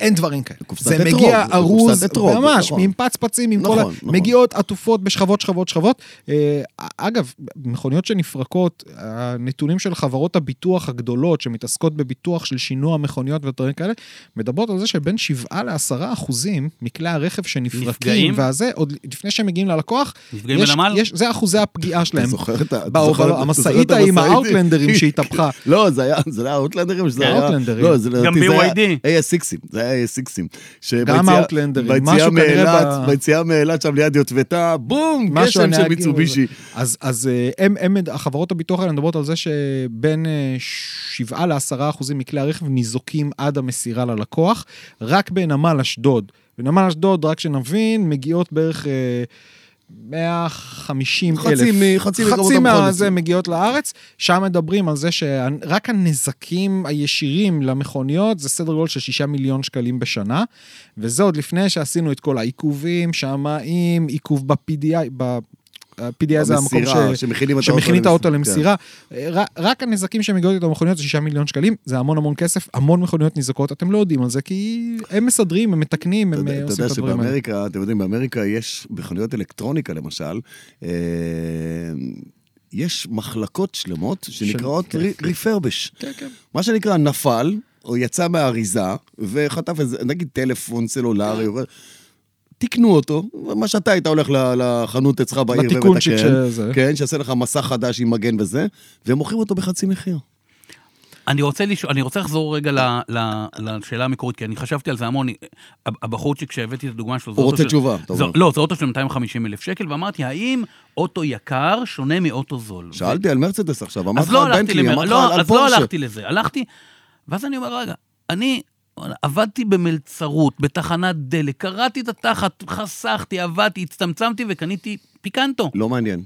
אין דברים כאלה. בקופסת זה אתרוג, מגיע בקופסת ארוז, אתרוג, ממש, נכון. עם פצפצים, עם כל ה... נכון, נכון. מגיעות עטופות בשכבות, שכבות, שכבות. אה, אגב, מכוניות שנפרקות, הנתונים של חברות הביטוח הגדולות שמתעסקות בביטוח של שינוע מכוניות ודברים כאלה, מדברות על זה שבין 7 ל-10 אחוזים מכלי הרכב שנפרקים, נפגעים? והזה, עוד לפני שהם מגיעים ללקוח, נפגעים יש- בנמל? יש- זה אחוזי הפגיעה אתה שלהם. זוכר את ה... אתה באו- זוכר את- באו- אתה המשאית זוכר את עם המשאית? [LAUGHS] האאוטלנדרים שהתהפכה. לא, זה היה, זה היה האוטלנדרים, שזה כן, היה... האוטלנדרים. לא, זה לדעתי, זה BYD. היה ASXים, זה היה ASXים. שביציאה- האוטלנדרים, ביציאה משהו כנראה מאילת- ב- ביציאה מאילת שם ליד יוטבתה, בום, משהו גשם של הנהגים- מיצובישי. אז, אז אה, הם, הם, החברות הביטוח האלה מדברות על זה שבין 7 ל-10 אחוזים מכלי הרכב ניזוקים עד המסירה ללקוח, רק בנמל אשדוד. בנמל אשדוד, רק שנבין, מגיעות בערך... אה, 150 אלף. חצי מ- חצי מכמות חצי המכונות. מהזה מגיעות לארץ, שם מדברים על זה שרק הנזקים הישירים למכוניות זה סדר גודל של 6 מיליון שקלים בשנה, וזה עוד לפני שעשינו את כל העיכובים, שמאים, עיכוב ב-PDI, ב... PDI זה המקום במסירה, ש... שמכינים את שמכינים את האוטו למס- כן. למסירה. ר- רק הנזקים שמגיעות איתו במכוניות זה 6 מיליון שקלים, זה המון המון כסף, המון מכוניות ניזוקות, אתם לא יודעים על זה, כי הם מסדרים, הם מתקנים, אתה הם יודע- אה, אתה עושים יודע את הדברים האלה. שבאמריקה, אתם יודעים, באמריקה יש, בחנויות אלקטרוניקה למשל, אה, יש מחלקות שלמות שנקראות כן. ריפרבש. כן, כן. מה שנקרא נפל, או יצא מהאריזה, וחטף איזה, נגיד טלפון סלולרי, כן. או- תיקנו אותו, מה שאתה היית הולך ל- לחנות אצלך בעיר ומתקן. לתיקונצ'יק שזה. כן, שיעשה לך מסע חדש עם מגן וזה, והם מוכרים אותו בחצי מחיר. אני רוצה, לשאול, אני רוצה לחזור רגע ל, ל, לשאלה המקורית, כי אני חשבתי על זה המון. הב- הבחורצ'יק שהבאתי את הדוגמה שלו, זה הוא אוטו רוצה תשובה, אתה זה, אומר. לא, זה אוטו של 250 אלף שקל, ואמרתי, האם אוטו יקר שונה מאוטו זול? שאלתי על מרצדס עכשיו, אמרתי אז לך לא על הלכתי בנטלי, למר... אמרתי לך לא, על אז לא פורשה. הלכתי לזה, הלכתי, ואז אני אומר, רגע, אני עבדתי במלצרות, בתחנת דלק, קראתי את התחת, חסכתי, עבדתי, הצטמצמתי וקניתי פיקנטו. לא מעניין.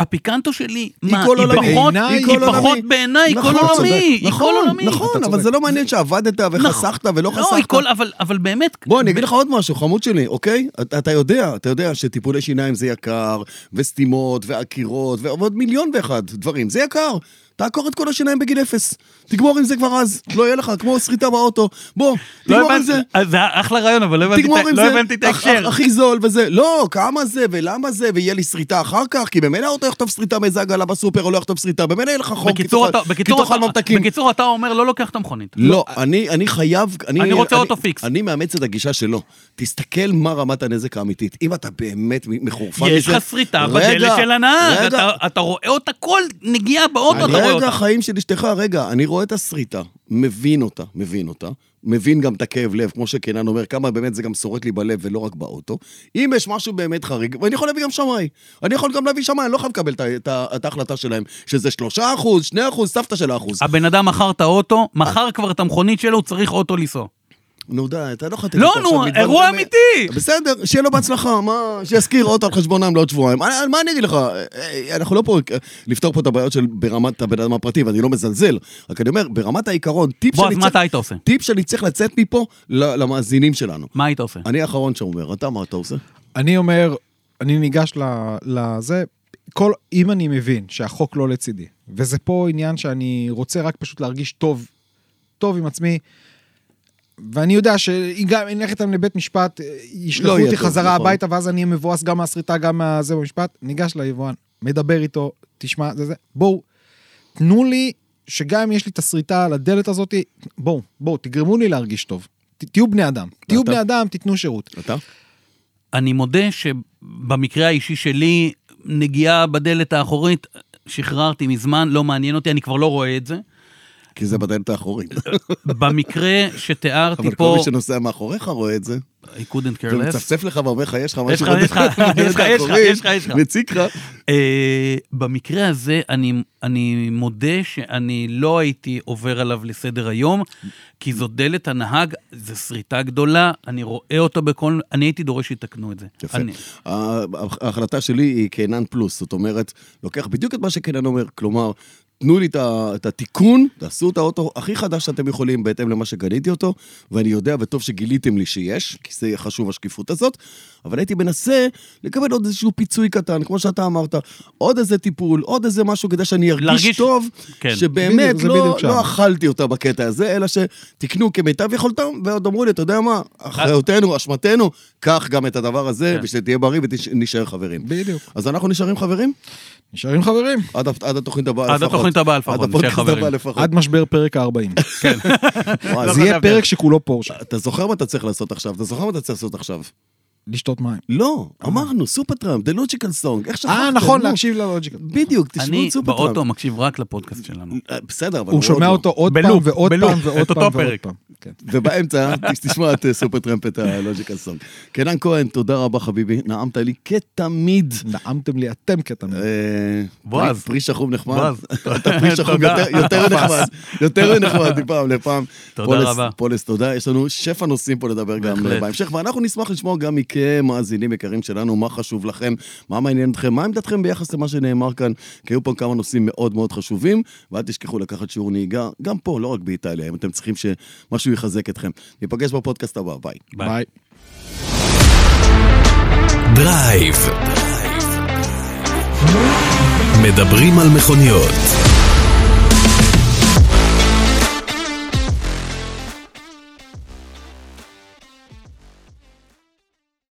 הפיקנטו שלי, היא מה, כל היא עולמי. פחות, בעיניי, היא היא כל פחות עולמי. בעיניי, היא כל נכון, עולמי, היא כל נכון, עולמי. נכון, אתה אבל זה צודק. לא מעניין שעבדת וחסכת ולא לא, היא חסכת. כל, אבל, אבל באמת, בוא, אני אגיד לך עוד משהו, חמוד שלי, אוקיי? אתה, אתה יודע, אתה יודע שטיפולי שיניים זה יקר, וסתימות, ועקירות, ו- ועוד מיליון ואחד דברים, זה יקר. תעקור את כל השיניים בגיל אפס. תגמור עם זה כבר אז, לא יהיה לך, כמו סריטה באוטו. בוא, לא תגמור עם הבנתי, זה. אז זה אחלה רעיון, אבל לא הבנתי תגמור את ה- עם לא זה, הבנתי את אך- ההקשר. אך- הכי זול וזה, לא, כמה זה ולמה זה, ויהיה לי סריטה אחר כך, כי במילא האוטו יכתוב סריטה מאיזה עגלה בסופר, או לא יכתוב סריטה, במילא יהיה לך חום, כי בקיצור, תאכל- אתה- כי בקיצור, תאכל אתה- ממתקים. בקיצור, אתה אומר, לא לוקח את המכונית. לא, אני, אני חייב... אני רוצה אוטו פיקס. אני מאמץ את הגישה שלו. תסתכל מה רמת הנזק האמיתית. אם אתה באמת מחורפן מזה... יש לך שריטה רגע, בדלת של הנהג, רגע, אתה- אתה רואה אותה כל נגיעה באוטו, אתה רואה רגע, אותה. חיים של אשתך, רגע, אני רואה את הסריטה, מבין אותה, מבין אותה, מבין גם את הכאב לב, כמו שקינן אומר, כמה באמת זה גם שורט לי בלב ולא רק באוטו. אם יש משהו באמת חריג, ואני יכול להביא גם שמאי. אני יכול גם להביא שמאי, אני לא חייב לקבל את ה- את ה- את ההחלטה שלהם, שזה שלושה אחוז, שני אחוז, סבתא של האחוז. הבן אדם מכר את האוטו, מכר כבר את המכונית שלו, הוא צריך אוטו לנסוע. נו די, אתה לא יכול לתת לא, לי פה נו, עכשיו לדבר אירוע באמת. אמיתי! בסדר, שיהיה לו בהצלחה, מה, שישכיר אוטו על חשבונם לעוד שבועיים. על- על מה אני אגיד לך? אה, אה, אנחנו לא פה אה, לפתור פה את הבעיות של ברמת הבן אדם הפרטי, ואני לא מזלזל, רק אני אומר, ברמת העיקרון, טיפ בוא, שאני אז מה צריך- אתה היית עושה? טיפ שאני צריך לצאת מפה ל- למאזינים שלנו. מה היית עושה? אני האחרון שאומר, אתה מה אתה עושה? אני אומר, אני ניגש ל- לזה, כל, אם אני מבין שהחוק לא לצידי, וזה פה עניין שאני רוצה רק פשוט להרגיש טוב, טוב עם עצמי, ואני יודע שגם אם נלך איתם לבית משפט, אה, לא ישלחו יהיה אותי טוב, חזרה נכון. הביתה, ואז אני אהיה מבואס גם מהסריטה, גם מהזה במשפט, ניגש ליבואן, מדבר איתו, תשמע, זה זה, בואו, תנו לי, שגם אם יש לי את הסריטה על הדלת הזאת, בואו, בואו, תגרמו לי להרגיש טוב. ת- תהיו בני אדם, תהיו ואתה? בני אדם, תיתנו שירות. אתה? אני מודה שבמקרה האישי שלי, נגיעה בדלת האחורית, שחררתי מזמן, לא מעניין אותי, אני כבר לא רואה את זה. כי זה בדלת [LAUGHS] האחורית. במקרה שתיארתי אבל כל פה, מי שנוסע מאחוריך רואה את זה, I couldn't care less, ומצפצף לך ואומר לך, יש לך יש משהו לך, יש לך, בדלת יש לך, יש לך, האחורית", יש לך, יש לך. מציק לך. אה, במקרה הזה אני, אני מודה שאני לא הייתי עובר עליו לסדר היום, כי זו דלת הנהג, זו שריטה גדולה, אני רואה אותו בכל, אני הייתי דורש שיתקנו את זה. יפה. אני, הה- ההחלטה שלי היא קינן פלוס, זאת אומרת, לוקח בדיוק את מה שקינן אומר, כלומר, תנו לי את ה- את התיקון, תעשו את האוטו הכי חדש שאתם יכולים בהתאם למה שקניתי אותו, ואני יודע וטוב שגיליתם לי שיש, כי זה חשוב השקיפות הזאת, אבל הייתי מנסה לקבל עוד איזשהו פיצוי קטן, כמו שאתה אמרת, עוד איזה טיפול, עוד איזה משהו כדי שאני ארגיש להרגיש- טוב, כן. שבאמת בדיוק, זה לא, בדיוק שם. לא אכלתי אותה בקטע הזה, אלא שתיקנו כמיטב יכולתם, ועוד אמרו לי, אתה יודע מה, אחריותנו, אשמתנו, קח גם את הדבר הזה, כן. ושתהיה בריא ונשאר חברים. בדיוק. אז אנחנו נשארים חברים? נשארים חברים. עד ה- עד התוכנית הבאה עד לפחות. התוכנית הבאה לפחות, עד הפודקאסט נשאר חברים. הבא לפחות. עד משבר פרק [LAUGHS] ה-40. וואי, לא זה זה יהיה- יהיה חשבתי על פרק זה. שכולו פורשה. אתה זוכר מה אתה צריך לעשות עכשיו? אתה זוכר מה אתה צריך לעשות עכשיו? לשתות מים. לא, אה. אמרנו, סופרטראם, The Logical Song. איך שכחתם? אה, נכון, נו. להקשיב ללוג'יקל. בדיוק, תשמעו אני את סופרטראם. באוטו מקשיב רק לפודקאסט שלנו. אה, בסדר, אבל הוא עוד שומע לא. אותו עוד בלופ, פעם ועוד בלופ, פעם ועוד את אותו פעם ועוד פרק. פעם. כן. ובאמצע, [LAUGHS] תשמע את סופר טרמפ את הלוג'יקל סונג. קנן כהן, תודה רבה חביבי, נעמת לי כתמיד. נעמתם לי אתם כתמיד. אה, בועז. פרי- פרי שחום נחמד. [LAUGHS] בועז. אתה פרי שחום תודה. יותר- יותר נחמד, יותר נחמד מפעם לפעם. תודה פולס- רבה. פולס, תודה. יש לנו שפע נושאים פה לדבר גם בהחלט. בהמשך, ואנחנו נשמח לשמוע גם מכם, מאזינים יקרים שלנו, מה חשוב לכם, מה מעניין אתכם, מה עמדתכם ביחס למה שנאמר כאן, כי היו פה כמה נושאים מאוד מאוד חשובים, ואל תשכחו לקחת שיעור נהיגה, גם פה, לא רק באיטליה, אם אתם צריכים שמשהו יחזק אתכם. ניפגש בפודקאסט הבא, ביי. ביי. דרייב. מדברים על מכוניות.